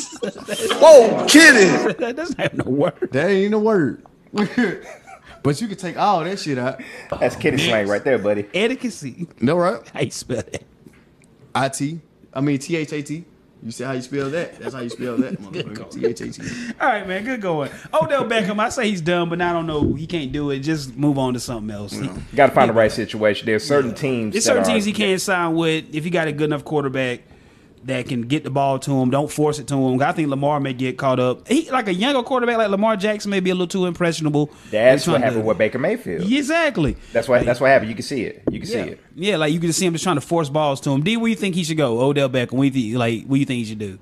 [SPEAKER 6] Oh, kidding.
[SPEAKER 1] that doesn't have no word.
[SPEAKER 3] That ain't a word. but you can take all that shit out.
[SPEAKER 2] That's Kenny slang right there, buddy.
[SPEAKER 1] Etiquette.
[SPEAKER 3] No right.
[SPEAKER 1] How you spell that?
[SPEAKER 3] I T. I mean T H A T. You see how you spell that? That's how you spell that. motherfucker. T H A T.
[SPEAKER 1] All right, man. Good going. Odell Beckham. I say he's done, but I don't know. He can't do it. Just move on to something else.
[SPEAKER 2] You got to find the right situation. There's certain teams.
[SPEAKER 1] There's
[SPEAKER 2] that
[SPEAKER 1] certain
[SPEAKER 2] are-
[SPEAKER 1] teams he can't sign with. If you got a good enough quarterback that can get the ball to him, don't force it to him. I think Lamar may get caught up. He like a younger quarterback like Lamar Jackson may be a little too impressionable.
[SPEAKER 2] That's
[SPEAKER 1] They're
[SPEAKER 2] what
[SPEAKER 1] trying to-
[SPEAKER 2] happened with Baker Mayfield.
[SPEAKER 1] Exactly.
[SPEAKER 2] That's why. That's what happened. You can see it. You can
[SPEAKER 1] Yeah.
[SPEAKER 2] see it.
[SPEAKER 1] Yeah, like you can just see him just trying to force balls to him. D, where you think he should go? Odell Beckham. What you think, like what you think he should do?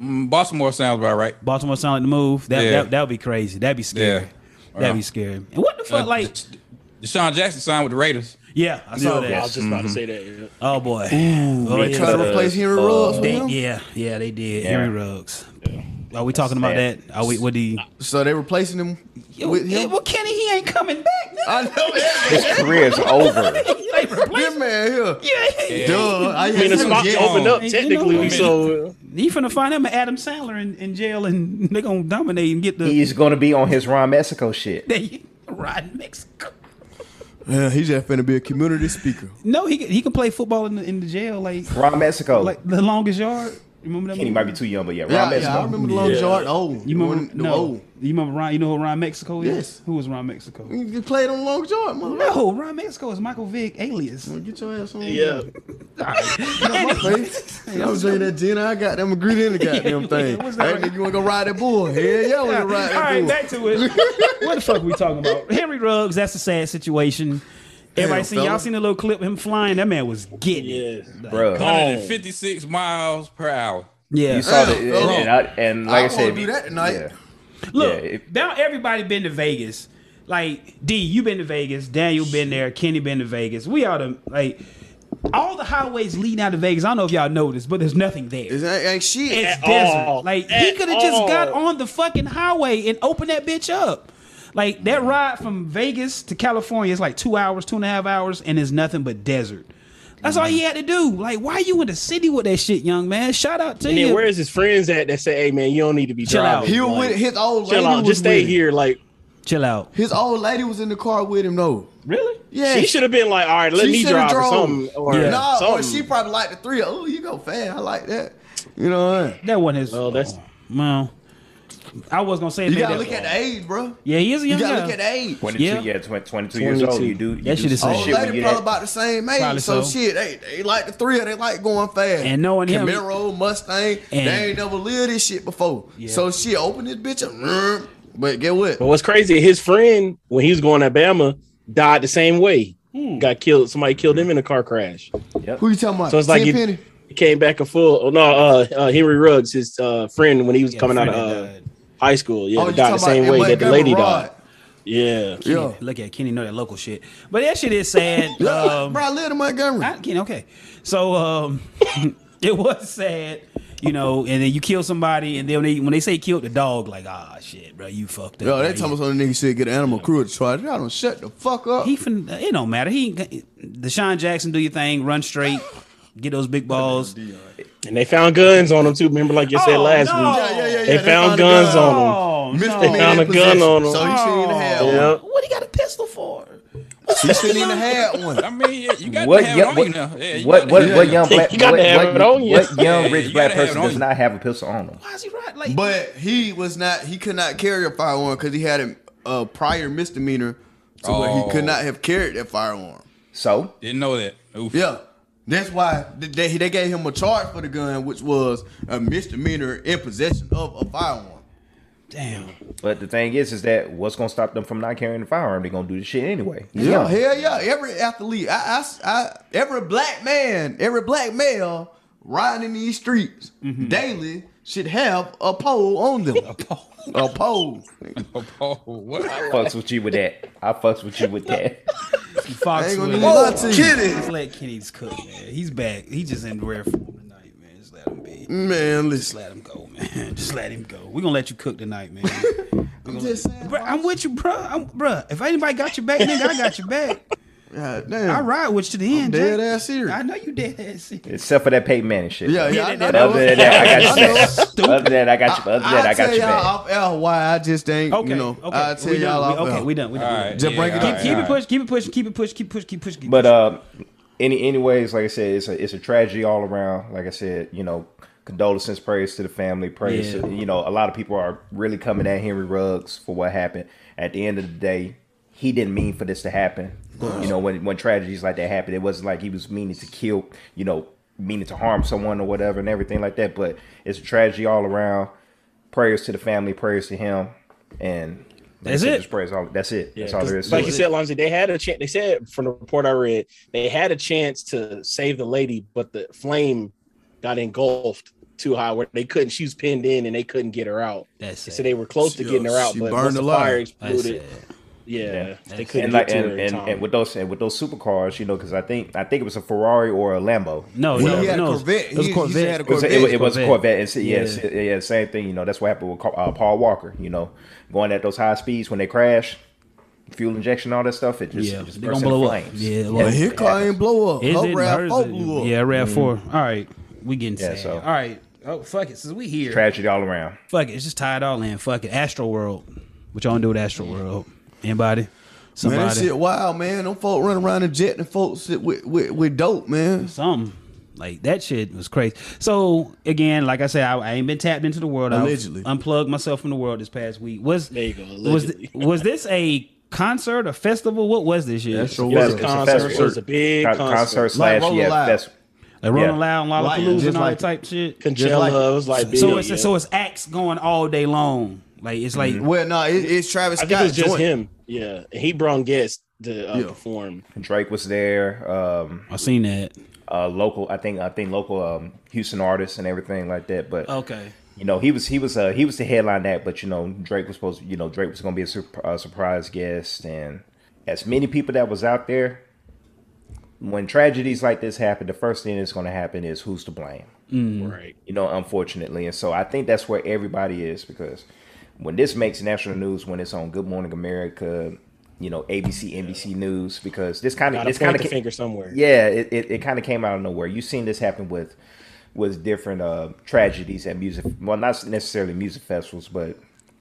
[SPEAKER 4] Mm, Baltimore sounds about right.
[SPEAKER 1] Baltimore sound like the move. That
[SPEAKER 4] Yeah.
[SPEAKER 1] that that would be crazy. That'd be scary.
[SPEAKER 4] Yeah. Uh-huh.
[SPEAKER 1] That'd be scary. And what the fuck?
[SPEAKER 4] Uh,
[SPEAKER 1] Like,
[SPEAKER 4] Desha- Deshaun Jackson signed with the Raiders.
[SPEAKER 1] yeah, I saw
[SPEAKER 5] I
[SPEAKER 1] that.
[SPEAKER 5] was just about to say that. yeah.
[SPEAKER 1] Oh boy. Oh,
[SPEAKER 3] They
[SPEAKER 1] yeah.
[SPEAKER 3] try to replace Henry Ruggs with
[SPEAKER 1] They-
[SPEAKER 3] him.
[SPEAKER 1] yeah, yeah, they did.
[SPEAKER 2] Yeah.
[SPEAKER 1] Henry Ruggs. Are we talking about
[SPEAKER 2] sad.
[SPEAKER 1] that? Are we? What do you?
[SPEAKER 3] So they replacing him with
[SPEAKER 1] Yeah,
[SPEAKER 3] him.
[SPEAKER 1] eh, well, Kenny, he ain't coming back. nigga.
[SPEAKER 3] I know that.
[SPEAKER 2] His career is over.
[SPEAKER 1] Like, replace-
[SPEAKER 3] This man here.
[SPEAKER 1] yeah,
[SPEAKER 3] Duh. I,
[SPEAKER 5] I mean, the spot
[SPEAKER 3] yeah.
[SPEAKER 5] opened up
[SPEAKER 1] You know,
[SPEAKER 5] technically,
[SPEAKER 1] I mean-
[SPEAKER 5] so
[SPEAKER 1] he finna find him an Adam Sandler in, in jail, and they gonna dominate and get the
[SPEAKER 2] He's gonna be on his Ron Mexico shit.
[SPEAKER 1] they ride Mexico.
[SPEAKER 3] Yeah, he's just finna be a community speaker.
[SPEAKER 1] No, he can, he can play football in the, in the jail, like
[SPEAKER 2] Ron Mexico.
[SPEAKER 1] like the longest yard. Remember that?
[SPEAKER 2] Oh. Kenny
[SPEAKER 1] movie?
[SPEAKER 2] might be too young, but yeah, Ron
[SPEAKER 3] Yeah,
[SPEAKER 2] Mexico.
[SPEAKER 3] yeah, I remember the long
[SPEAKER 5] Yeah.
[SPEAKER 3] yard. Oh,
[SPEAKER 1] You remember?
[SPEAKER 3] the
[SPEAKER 1] no.
[SPEAKER 3] old.
[SPEAKER 1] You remember Ron? You know who Ron Mexico is?
[SPEAKER 3] Yes. Mm.
[SPEAKER 1] Who was Ron Mexico?
[SPEAKER 3] You played on long yard, motherfucker.
[SPEAKER 1] No, Ron Mexico is Michael Vick, alias.
[SPEAKER 3] Get your ass on.
[SPEAKER 5] yeah.
[SPEAKER 3] Hey, I was drinking that gin. I got them agreed in the goddamn
[SPEAKER 1] Yeah,
[SPEAKER 3] thing.
[SPEAKER 1] what's
[SPEAKER 3] Hey,
[SPEAKER 1] that?
[SPEAKER 3] nigga, you want to go ride that bull? Hell yeah, we
[SPEAKER 1] Yeah.
[SPEAKER 3] gonna ride
[SPEAKER 1] All
[SPEAKER 3] that
[SPEAKER 1] right,
[SPEAKER 3] bull.
[SPEAKER 1] back to it. what the fuck are we talking about? Henry Ruggs, that's a sad situation. Everybody
[SPEAKER 3] Damn,
[SPEAKER 1] seen y'all
[SPEAKER 3] fella.
[SPEAKER 1] seen the little clip of him flying? That man was getting it.
[SPEAKER 5] Yeah.
[SPEAKER 2] bro.
[SPEAKER 4] 156 miles per hour.
[SPEAKER 1] Yeah.
[SPEAKER 2] You saw
[SPEAKER 3] Damn,
[SPEAKER 2] the
[SPEAKER 3] bro.
[SPEAKER 2] and, and, I, and like I,
[SPEAKER 3] I
[SPEAKER 2] said,
[SPEAKER 3] wanna do that tonight.
[SPEAKER 2] yeah.
[SPEAKER 1] Look,
[SPEAKER 2] Yeah, it-
[SPEAKER 1] now everybody been to Vegas. Like D, you been to Vegas. Daniel been there. Kenny been to Vegas. We all the like all the highways leading out of Vegas. I don't know if y'all noticed, but there's nothing there.
[SPEAKER 3] Is that ain't shit?
[SPEAKER 1] it's
[SPEAKER 5] at
[SPEAKER 1] desert.
[SPEAKER 5] all.
[SPEAKER 1] Like he
[SPEAKER 5] At
[SPEAKER 1] could have just got
[SPEAKER 5] all.
[SPEAKER 1] on the fucking highway and opened that bitch up. Like
[SPEAKER 5] Mm.
[SPEAKER 1] that ride from Vegas to California is like two hours, two and a half hours, and it's nothing but desert. That's all he
[SPEAKER 5] Mm.
[SPEAKER 1] had to do. Like, why you in the city with that shit, young man? Shout out to
[SPEAKER 5] And
[SPEAKER 1] you.
[SPEAKER 5] then where's his friends at that say, "Hey man, you don't need to be
[SPEAKER 1] Chill out.
[SPEAKER 5] driving."
[SPEAKER 3] he was
[SPEAKER 5] Like,
[SPEAKER 3] with his old lady.
[SPEAKER 5] chill out.
[SPEAKER 3] was
[SPEAKER 5] Just stay
[SPEAKER 3] with him.
[SPEAKER 5] here. Like
[SPEAKER 1] Chill out.
[SPEAKER 3] His old lady was in the car with him though.
[SPEAKER 1] Really?
[SPEAKER 3] Yeah,
[SPEAKER 5] she should have been like, "All right, let
[SPEAKER 3] She
[SPEAKER 5] me
[SPEAKER 3] shoulda
[SPEAKER 5] drive or
[SPEAKER 3] drove.
[SPEAKER 5] something." Or
[SPEAKER 1] Yeah.
[SPEAKER 3] Nah, or
[SPEAKER 5] something.
[SPEAKER 3] she probably like the three. Oh, you go fast. I like that. You know what? I'm saying?
[SPEAKER 1] That wasn't his.
[SPEAKER 5] Well, that's-
[SPEAKER 1] well. I was gonna say
[SPEAKER 3] You
[SPEAKER 1] maybe
[SPEAKER 3] gotta
[SPEAKER 1] that-
[SPEAKER 3] look at the age, bro.
[SPEAKER 1] Yeah, he is a
[SPEAKER 3] You
[SPEAKER 1] young
[SPEAKER 3] gotta
[SPEAKER 1] guy.
[SPEAKER 3] look at the age.
[SPEAKER 2] 22,
[SPEAKER 1] Yeah.
[SPEAKER 2] yeah, tw- 22, years old. You do you
[SPEAKER 1] That
[SPEAKER 2] do
[SPEAKER 1] shit is
[SPEAKER 2] some
[SPEAKER 1] some
[SPEAKER 3] Old
[SPEAKER 2] shit
[SPEAKER 3] lady
[SPEAKER 2] when
[SPEAKER 3] probably
[SPEAKER 2] you that.
[SPEAKER 3] about the same
[SPEAKER 1] Probably
[SPEAKER 3] age, so,
[SPEAKER 1] so.
[SPEAKER 3] shit, they, they like the three of they like going fast.
[SPEAKER 1] And knowing him-
[SPEAKER 3] Camaro, Mustang,
[SPEAKER 1] And-
[SPEAKER 3] they ain't never lived this shit before.
[SPEAKER 1] Yeah.
[SPEAKER 3] So shit, open this bitch up. But get what?
[SPEAKER 5] But what's crazy? His friend, when he was going to Bama, died the same way. Got killed. Somebody killed him in a car crash.
[SPEAKER 3] Who you talking about?
[SPEAKER 5] So it's like you-
[SPEAKER 3] Tenpenny?
[SPEAKER 5] He came back a full. Oh, no, uh, uh, Henry Ruggs, his uh, friend, when he was
[SPEAKER 1] Yeah,
[SPEAKER 5] coming out of
[SPEAKER 1] Freddie
[SPEAKER 5] uh,
[SPEAKER 1] died.
[SPEAKER 5] high school, yeah,
[SPEAKER 3] Oh, you talking
[SPEAKER 5] died the
[SPEAKER 3] about
[SPEAKER 5] same
[SPEAKER 3] it
[SPEAKER 5] way
[SPEAKER 3] wasn't
[SPEAKER 5] that the lady
[SPEAKER 3] Rod.
[SPEAKER 5] died. Yeah,
[SPEAKER 3] Yeah.
[SPEAKER 1] Look at Kenny know that local shit. But that shit is sad.
[SPEAKER 3] Yeah,
[SPEAKER 1] um,
[SPEAKER 3] bro, I live in Montgomery.
[SPEAKER 1] I can okay. So um it was sad, you know, and then you kill somebody and then when they when they say killed the dog, like ah shit, bro, you fucked up.
[SPEAKER 3] Yo,
[SPEAKER 1] bro.
[SPEAKER 3] they talking about some nigga said get an animal crew to try it. I don't shut the fuck up.
[SPEAKER 1] he fin- it don't matter. He ain't got- Deshaun Jackson do your thing, run straight, get those big balls.
[SPEAKER 5] and they found guns on him too. Remember, like you said
[SPEAKER 1] Oh,
[SPEAKER 5] last
[SPEAKER 1] no.
[SPEAKER 5] week.
[SPEAKER 3] yeah, yeah, yeah, yeah.
[SPEAKER 5] They found guns on him.
[SPEAKER 1] Oh,
[SPEAKER 3] Mr.
[SPEAKER 1] no.
[SPEAKER 5] They found a gun on him.
[SPEAKER 3] So he shouldn't even have one.
[SPEAKER 5] Yeah.
[SPEAKER 1] What he got a pistol for?
[SPEAKER 3] He shouldn't even have one.
[SPEAKER 4] I mean, yeah, you got
[SPEAKER 2] What,
[SPEAKER 4] to have
[SPEAKER 2] yo-
[SPEAKER 4] it on
[SPEAKER 2] what,
[SPEAKER 4] you now. Yeah, you
[SPEAKER 2] what,
[SPEAKER 4] gotta
[SPEAKER 2] what,
[SPEAKER 4] have it.
[SPEAKER 2] what young black,
[SPEAKER 5] You gotta
[SPEAKER 2] what,
[SPEAKER 5] have it
[SPEAKER 2] what,
[SPEAKER 5] on you.
[SPEAKER 2] what
[SPEAKER 4] Yeah,
[SPEAKER 2] young
[SPEAKER 4] you
[SPEAKER 2] rich black
[SPEAKER 4] gotta have it
[SPEAKER 2] person
[SPEAKER 4] on
[SPEAKER 2] does
[SPEAKER 4] you.
[SPEAKER 2] not have a pistol on them?
[SPEAKER 1] Why is he right? Like,
[SPEAKER 3] But he was not. He could not carry a firearm because he had a, a prior misdemeanor, to where he could
[SPEAKER 4] Oh.
[SPEAKER 3] not have carried that firearm.
[SPEAKER 2] So
[SPEAKER 4] Didn't know that. Oof.
[SPEAKER 3] Yeah, that's why th- they they gave him a charge for the gun, which was a misdemeanor in possession of a firearm.
[SPEAKER 1] damn,
[SPEAKER 2] But the thing is, is that what's gonna stop them from not carrying the firearm? They're gonna do the shit anyway.
[SPEAKER 3] Yeah, hell yeah. Every athlete, I, I, I, every black man, every black male riding in these streets
[SPEAKER 1] Mm-hmm.
[SPEAKER 3] daily should have a pole on them. a pole. A pole.
[SPEAKER 4] Oh, what?
[SPEAKER 2] I fucks with you with that. I fucks with you with that.
[SPEAKER 1] Fox
[SPEAKER 3] I ain't gonna
[SPEAKER 1] would-
[SPEAKER 3] lie to you.
[SPEAKER 6] Kitty.
[SPEAKER 1] Just let Kenny's cook, man. He's back. He just in rare form tonight, man. Just let him be.
[SPEAKER 3] Man,
[SPEAKER 1] Just
[SPEAKER 3] listen.
[SPEAKER 1] let him go, man. Just let him go. We're gonna let you cook tonight, man.
[SPEAKER 3] I'm just saying.
[SPEAKER 1] Bruh, I'm with you, bruh. I'm, bruh, if anybody got your back, nigga, I got your back.
[SPEAKER 3] God
[SPEAKER 1] I
[SPEAKER 3] damn.
[SPEAKER 1] ride with you to the end.
[SPEAKER 3] Dead
[SPEAKER 1] Jay.
[SPEAKER 3] ass serious.
[SPEAKER 1] I know you dead ass. serious.
[SPEAKER 2] Except for that Peyton Manning shit.
[SPEAKER 3] Yeah,
[SPEAKER 2] But
[SPEAKER 3] yeah. I know
[SPEAKER 1] that-
[SPEAKER 2] Other than that, I got
[SPEAKER 3] I know.
[SPEAKER 2] you back. Other than that, I got you. Other than that, I got
[SPEAKER 3] tell
[SPEAKER 2] you
[SPEAKER 3] y'all
[SPEAKER 2] back.
[SPEAKER 3] off air why I just ain't.
[SPEAKER 1] Okay,
[SPEAKER 3] You know,
[SPEAKER 1] okay.
[SPEAKER 3] I tell
[SPEAKER 1] we done.
[SPEAKER 3] y'all
[SPEAKER 1] We-
[SPEAKER 3] off air.
[SPEAKER 1] okay, we done. We
[SPEAKER 4] All
[SPEAKER 1] done.
[SPEAKER 4] right.
[SPEAKER 3] Just break it down.
[SPEAKER 4] all
[SPEAKER 1] Keep,
[SPEAKER 4] right,
[SPEAKER 1] keep
[SPEAKER 4] all
[SPEAKER 1] it
[SPEAKER 4] right.
[SPEAKER 1] pushing. Keep it pushing. Keep it pushing. Keep pushing. Keep pushing. Keep
[SPEAKER 2] But
[SPEAKER 1] pushing.
[SPEAKER 2] uh, any anyways, like I said, it's a it's a tragedy all around. Like I said, you know, condolences, prayers to the family, prayers.
[SPEAKER 1] Yeah.
[SPEAKER 2] To, you know, a lot of people are really coming at Henry Ruggs for what happened. At the end of the day, he didn't mean for this to happen. You know, when when tragedies like that happen, it wasn't like he was meaning to kill. You know, meaning to harm someone or whatever and everything like that. But it's a tragedy all around. Prayers to the family, prayers to him, and like I
[SPEAKER 1] That's
[SPEAKER 2] said,
[SPEAKER 1] it.
[SPEAKER 2] Just prayers all. That's it. that's all
[SPEAKER 5] 'Cause
[SPEAKER 2] there is. to
[SPEAKER 5] Like
[SPEAKER 2] it.
[SPEAKER 5] you said, Lonzo, they had a chance. They said from the report I read, they had a chance to save the lady, but the flame got engulfed too high where they couldn't. She was pinned in and they couldn't get her out.
[SPEAKER 1] That's
[SPEAKER 5] They
[SPEAKER 1] sad.
[SPEAKER 5] said they were close to
[SPEAKER 3] She-
[SPEAKER 5] getting her out,
[SPEAKER 3] she
[SPEAKER 5] but
[SPEAKER 3] burned
[SPEAKER 5] once the
[SPEAKER 3] alive.
[SPEAKER 5] fire
[SPEAKER 1] That's
[SPEAKER 5] exploded,
[SPEAKER 1] sad.
[SPEAKER 5] yeah,
[SPEAKER 1] Yeah.
[SPEAKER 5] they couldn't
[SPEAKER 2] and
[SPEAKER 5] get
[SPEAKER 2] like
[SPEAKER 5] to
[SPEAKER 2] and,
[SPEAKER 5] her in
[SPEAKER 2] and,
[SPEAKER 5] time.
[SPEAKER 2] and with those and with those supercars, you know, because I think I think it was a Ferrari or a Lambo.
[SPEAKER 1] No,
[SPEAKER 3] He
[SPEAKER 1] no,
[SPEAKER 3] had
[SPEAKER 1] no.
[SPEAKER 3] a Corvette.
[SPEAKER 1] It was
[SPEAKER 3] He-
[SPEAKER 1] a
[SPEAKER 3] he said
[SPEAKER 1] Corvette.
[SPEAKER 3] he had a
[SPEAKER 2] It was, it,
[SPEAKER 3] Corvette.
[SPEAKER 2] was- it was a Corvette. And, see- yes,
[SPEAKER 1] Yeah.
[SPEAKER 2] yeah. yeah, same thing. You know, that's what happened with Car- uh, Paul Walker. You know, going at those high speeds when they crash, fuel injection, all that stuff. It just,
[SPEAKER 1] Yeah,
[SPEAKER 2] it just
[SPEAKER 1] they
[SPEAKER 2] bursts
[SPEAKER 1] gonna
[SPEAKER 2] into
[SPEAKER 1] blow up.
[SPEAKER 2] flames.
[SPEAKER 1] Yeah, well,
[SPEAKER 3] Well, his car ain't blow up.
[SPEAKER 1] It
[SPEAKER 3] Her
[SPEAKER 1] didn't
[SPEAKER 3] Rav
[SPEAKER 1] hurt
[SPEAKER 3] four
[SPEAKER 1] it.
[SPEAKER 3] blew up.
[SPEAKER 1] Yeah, Rad Four. All right, we getting
[SPEAKER 2] Yeah,
[SPEAKER 1] sad.
[SPEAKER 2] so-
[SPEAKER 1] All right. Oh fuck it, since we here,
[SPEAKER 2] tragedy all around.
[SPEAKER 1] fuck it, it's just tie it all in. Fuck it, Astro World. What y'all gonna do with Astro World? Anybody?
[SPEAKER 3] Man, that
[SPEAKER 1] Somebody?
[SPEAKER 3] shit wild, man. Them folk running around injecting folks with, with, with dope, man.
[SPEAKER 1] Something Um, like that shit was crazy. So again, like I said, I, I ain't been tapped into the world. I
[SPEAKER 3] Allegedly.
[SPEAKER 1] unplugged myself from the world this past week. Was
[SPEAKER 5] There you go,
[SPEAKER 1] was th-
[SPEAKER 5] allegedly.
[SPEAKER 1] was this a concert, a festival? What was this shit?
[SPEAKER 3] That's your
[SPEAKER 5] it was
[SPEAKER 2] It's
[SPEAKER 5] a
[SPEAKER 2] a
[SPEAKER 3] word.
[SPEAKER 5] concert. It
[SPEAKER 2] festival.
[SPEAKER 5] was a big
[SPEAKER 2] Con-
[SPEAKER 5] concert.
[SPEAKER 2] Concert
[SPEAKER 3] Like
[SPEAKER 2] slash
[SPEAKER 3] Roll
[SPEAKER 2] yeah,
[SPEAKER 3] Alive.
[SPEAKER 2] that's
[SPEAKER 1] Like Rolling
[SPEAKER 2] Yeah.
[SPEAKER 1] Loud, Lollapalooza,
[SPEAKER 3] Like-
[SPEAKER 1] and
[SPEAKER 3] just
[SPEAKER 1] all
[SPEAKER 3] like-
[SPEAKER 1] that type shit.
[SPEAKER 5] Coachella
[SPEAKER 3] like-
[SPEAKER 5] was like big,
[SPEAKER 1] So it's
[SPEAKER 5] yeah.
[SPEAKER 1] so it's acts going all day long. Like it's like
[SPEAKER 3] Mm-hmm. Well, no, it, it's Travis
[SPEAKER 5] I
[SPEAKER 3] Scott.
[SPEAKER 5] think it was just
[SPEAKER 3] joint.
[SPEAKER 5] him. Yeah, he brought guests. to uh,
[SPEAKER 3] Yeah.
[SPEAKER 5] perform.
[SPEAKER 2] Drake was there. Um,
[SPEAKER 1] I seen that.
[SPEAKER 2] uh, local, I think, I think local um, Houston artists and everything like that. But
[SPEAKER 1] Okay.
[SPEAKER 2] you know, he was he was uh, he was the headline act, but you know, Drake was supposed, you know, Drake was going to be a sur- uh, surprise guest, and as many people that was out there, when tragedies like this happen, the first thing that's going to happen is who's to blame,
[SPEAKER 5] Right.
[SPEAKER 2] you know, unfortunately, and so I think that's where everybody is because when this makes national news, when it's on Good Morning America, you know, ABC, NBC News, because this kind of
[SPEAKER 5] Got to
[SPEAKER 2] this kind
[SPEAKER 5] point
[SPEAKER 2] of
[SPEAKER 5] the finger somewhere.
[SPEAKER 2] yeah, it, it, it kind of came out of nowhere. You've seen this happen with with different uh, tragedies at music. Well, not necessarily music festivals, but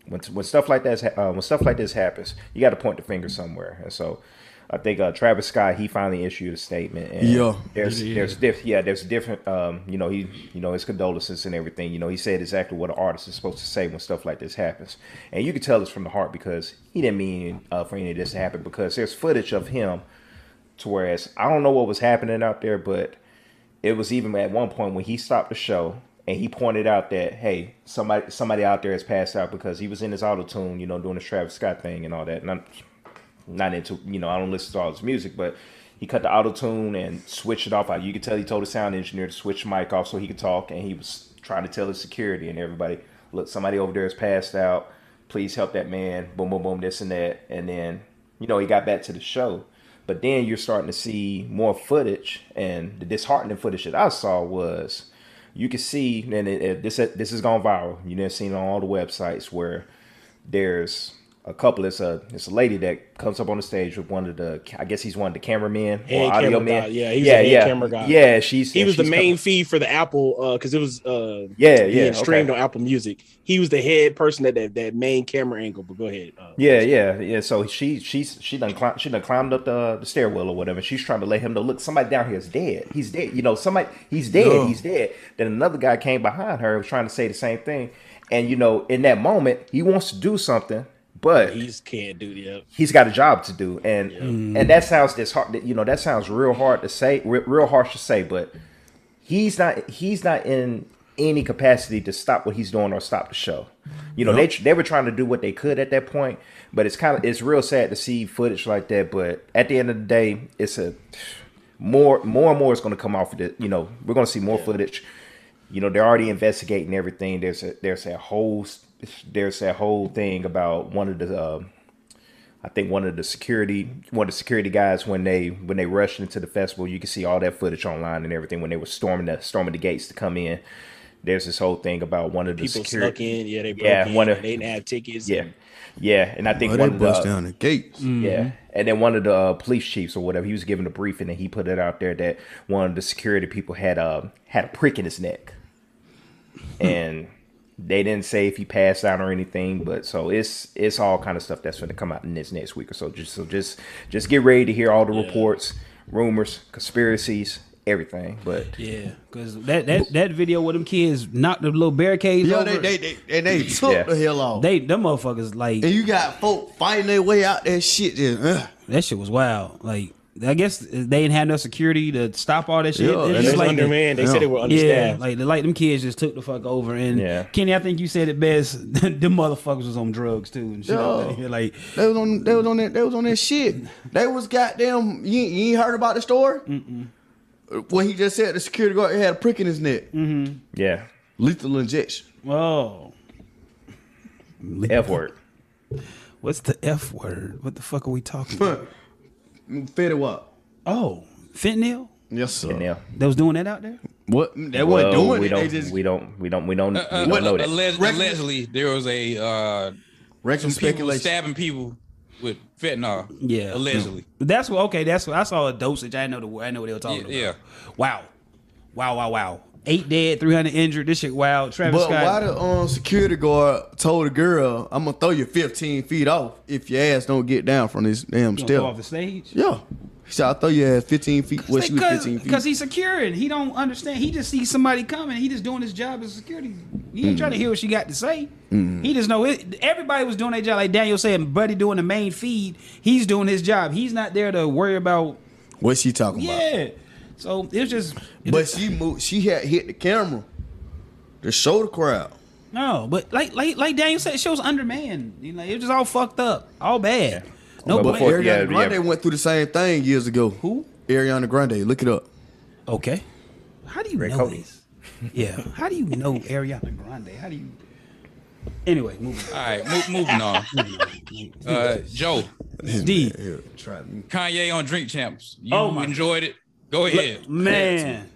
[SPEAKER 2] when, when stuff like that uh, when stuff like this happens, you got to point the finger somewhere. And so, I think uh, Travis Scott he finally issued a statement. And
[SPEAKER 3] Yeah.
[SPEAKER 2] there's there's diff- yeah there's different um, you know he you know his condolences and everything. You know he said exactly what an artist is supposed to say when stuff like this happens, and you can tell this from the heart because he didn't mean uh, for any of this to happen because there's footage of him to whereas I don't know what was happening out there, but it was even at one point when he stopped the show and he pointed out that hey, somebody somebody out there has passed out because he was in his auto tune, you know, doing his Travis Scott thing and all that. And I'm not into you know, I don't listen to all his music, but he cut the auto tune and switched it off. Like, You could tell he told the sound engineer to switch the mic off so he could talk, and he was trying to tell the security and everybody, look, somebody over there has passed out. Please help that man. Boom, boom, boom, this and that. And then you know, he got back to the show. But then you're starting to see more footage, and the disheartening footage that I saw was you could see, and it, it- this this has gone viral. You done seen it on all the websites where there's a couple. It's a it's a lady that comes up on the stage with one of the I guess he's one of the cameramen or
[SPEAKER 5] Hand
[SPEAKER 2] audio
[SPEAKER 5] camera
[SPEAKER 2] men.
[SPEAKER 5] guy. Yeah, he was a hand camera guy.
[SPEAKER 2] Yeah, she's
[SPEAKER 5] He
[SPEAKER 2] and
[SPEAKER 5] was the
[SPEAKER 2] she's
[SPEAKER 5] main
[SPEAKER 2] coming-
[SPEAKER 5] feed for the Apple because it was uh,
[SPEAKER 2] yeah,
[SPEAKER 5] being
[SPEAKER 2] yeah,
[SPEAKER 5] streamed
[SPEAKER 2] okay.
[SPEAKER 5] on Apple Music. He was the head person at that, that main camera angle. But go ahead. Uh,
[SPEAKER 2] Yeah, yeah, yeah. So she she's she done climb, she done climbed up the, the stairwell or whatever. She's trying to let him know, look, somebody down here is dead. He's dead. You know, somebody he's dead.
[SPEAKER 3] Yeah.
[SPEAKER 2] He's dead. Then another guy came behind her and was trying to say the same thing. And you know, in that moment, he wants to do something, but
[SPEAKER 5] He's can't do that.
[SPEAKER 2] he's got a job to do, and and that sounds this hard. You know, that sounds real hard to say, re- real harsh to say, but he's not he's not in any capacity to stop what he's doing or stop the show. You know, they they were trying to do what they could at that point, but it's kind of it's real sad to see footage like that. But at the end of the day, it's a more more and more is going to come off of it. You know, we're going to see more footage. You know, they're already investigating everything. There's a there's a whole there's that whole thing about one of the um, I think one of the security one of the security guys when they when they rushed into the festival, you can see all that footage online and everything when they were storming the storming the gates to come in. There's this whole thing about one of the
[SPEAKER 5] People
[SPEAKER 2] security
[SPEAKER 5] snuck in. Yeah, they broke
[SPEAKER 2] Yeah,
[SPEAKER 5] in.
[SPEAKER 2] one of-
[SPEAKER 5] they didn't have tickets.
[SPEAKER 2] Yeah. Yeah, and I think
[SPEAKER 3] Oh, they
[SPEAKER 2] one of the,
[SPEAKER 3] bust down the gates. Mm-hmm.
[SPEAKER 2] yeah, and then one of the uh, police chiefs or whatever, he was giving a briefing, and he put it out there that one of the security people had uh, had a prick in his neck,
[SPEAKER 3] Hmm.
[SPEAKER 2] and they didn't say if he passed out or anything. But so it's it's all kind of stuff that's going to come out in this next week or so. Just so just just get ready to hear all the reports, rumors, conspiracies, everything. But
[SPEAKER 1] Yeah, because that, that that video with them kids knocked the little barricades
[SPEAKER 3] Yeah,
[SPEAKER 1] over.
[SPEAKER 3] they they they and they took
[SPEAKER 2] Yeah.
[SPEAKER 3] the hell off.
[SPEAKER 1] They- them motherfuckers like
[SPEAKER 3] and you got folk fighting their way out that shit. Just, ugh.
[SPEAKER 1] that shit was wild. Like I guess they didn't have no security to stop all that shit. It's
[SPEAKER 3] Yeah, and
[SPEAKER 5] They
[SPEAKER 1] just
[SPEAKER 5] was
[SPEAKER 3] like
[SPEAKER 5] under
[SPEAKER 3] the-
[SPEAKER 5] man. They
[SPEAKER 3] yeah.
[SPEAKER 5] said they were
[SPEAKER 1] Yeah,
[SPEAKER 5] understaffed.
[SPEAKER 1] like the like them kids just took the fuck over. And
[SPEAKER 2] Yeah.
[SPEAKER 1] Kenny, I think you said it best. them motherfuckers was on drugs too and shit. like that. Like
[SPEAKER 3] They was on. They was on that. They was on that shit. They was goddamn. You, ain't- you ain't heard about the story? Mm-mm. Well, he just said the security guard had a prick in his neck.
[SPEAKER 2] yeah,
[SPEAKER 3] Lethal injection.
[SPEAKER 1] whoa.
[SPEAKER 2] F word.
[SPEAKER 1] What's the F word? What the fuck are we talking about?
[SPEAKER 3] Fetty Wap.
[SPEAKER 1] oh, fentanyl?
[SPEAKER 3] Yes, sir.
[SPEAKER 2] Yeah.
[SPEAKER 1] They was doing that out there?
[SPEAKER 3] What? They
[SPEAKER 2] Well,
[SPEAKER 3] weren't doing
[SPEAKER 2] we
[SPEAKER 3] it.
[SPEAKER 2] don't,
[SPEAKER 3] They just
[SPEAKER 2] we don't we don't we don't
[SPEAKER 4] Uh, uh,
[SPEAKER 2] we don't know that.
[SPEAKER 4] alleg-
[SPEAKER 3] Rec-
[SPEAKER 4] allegedly, there was a uh,
[SPEAKER 3] wrecked some
[SPEAKER 4] people
[SPEAKER 3] speculation.
[SPEAKER 4] was stabbing people with fentanyl.
[SPEAKER 1] Yeah.
[SPEAKER 4] allegedly.
[SPEAKER 1] That's what okay, that's what I saw a dosage. I didn't know the word. I didn't know what they were talking
[SPEAKER 4] Yeah,
[SPEAKER 1] about. Wow. Wow, wow, wow. Eight dead, three hundred injured. This shit wild. Travis
[SPEAKER 3] But
[SPEAKER 1] Scott.
[SPEAKER 3] why the um, security guard told the girl, "I'm gonna throw you 15 feet off if your ass don't get down from this damn
[SPEAKER 1] gonna go off
[SPEAKER 3] step."
[SPEAKER 1] the stage?
[SPEAKER 3] Yeah, he said, "I will throw your ass 15 feet." Well, she was 15
[SPEAKER 1] Because
[SPEAKER 3] feet.
[SPEAKER 1] he's securing. He don't understand. He just sees somebody coming. He just doing his job as security. He ain't
[SPEAKER 3] Mm-hmm.
[SPEAKER 1] trying to hear what she got to say. He just know it. Everybody was doing their job. Like Daniel said, Buddy doing the main feed. He's doing his job. He's not there to worry about.
[SPEAKER 3] What's she talking about?
[SPEAKER 1] Yeah. So it's just. it
[SPEAKER 3] But
[SPEAKER 1] just-
[SPEAKER 3] she moved. She had hit the camera to show the crowd.
[SPEAKER 1] no, but like like like Daniel said, the show's undermanned. You know, it was just all fucked up, all bad. No,
[SPEAKER 2] But
[SPEAKER 1] but
[SPEAKER 2] before-
[SPEAKER 3] Ariana
[SPEAKER 2] yeah,
[SPEAKER 3] Grande
[SPEAKER 2] yeah.
[SPEAKER 3] went through the same thing years ago.
[SPEAKER 1] Who?
[SPEAKER 3] Ariana Grande. Look it up.
[SPEAKER 1] okay. How do you know
[SPEAKER 2] Cody.
[SPEAKER 1] this? Yeah. How do you know Ariana Grande? How do you? Anyway, moving
[SPEAKER 4] All right, mo- moving on. Uh, Joe,
[SPEAKER 1] on. D
[SPEAKER 3] Here, try me.
[SPEAKER 4] Kanye on Drink Champs. You
[SPEAKER 1] Oh my-
[SPEAKER 4] enjoyed it. Go ahead.
[SPEAKER 1] man,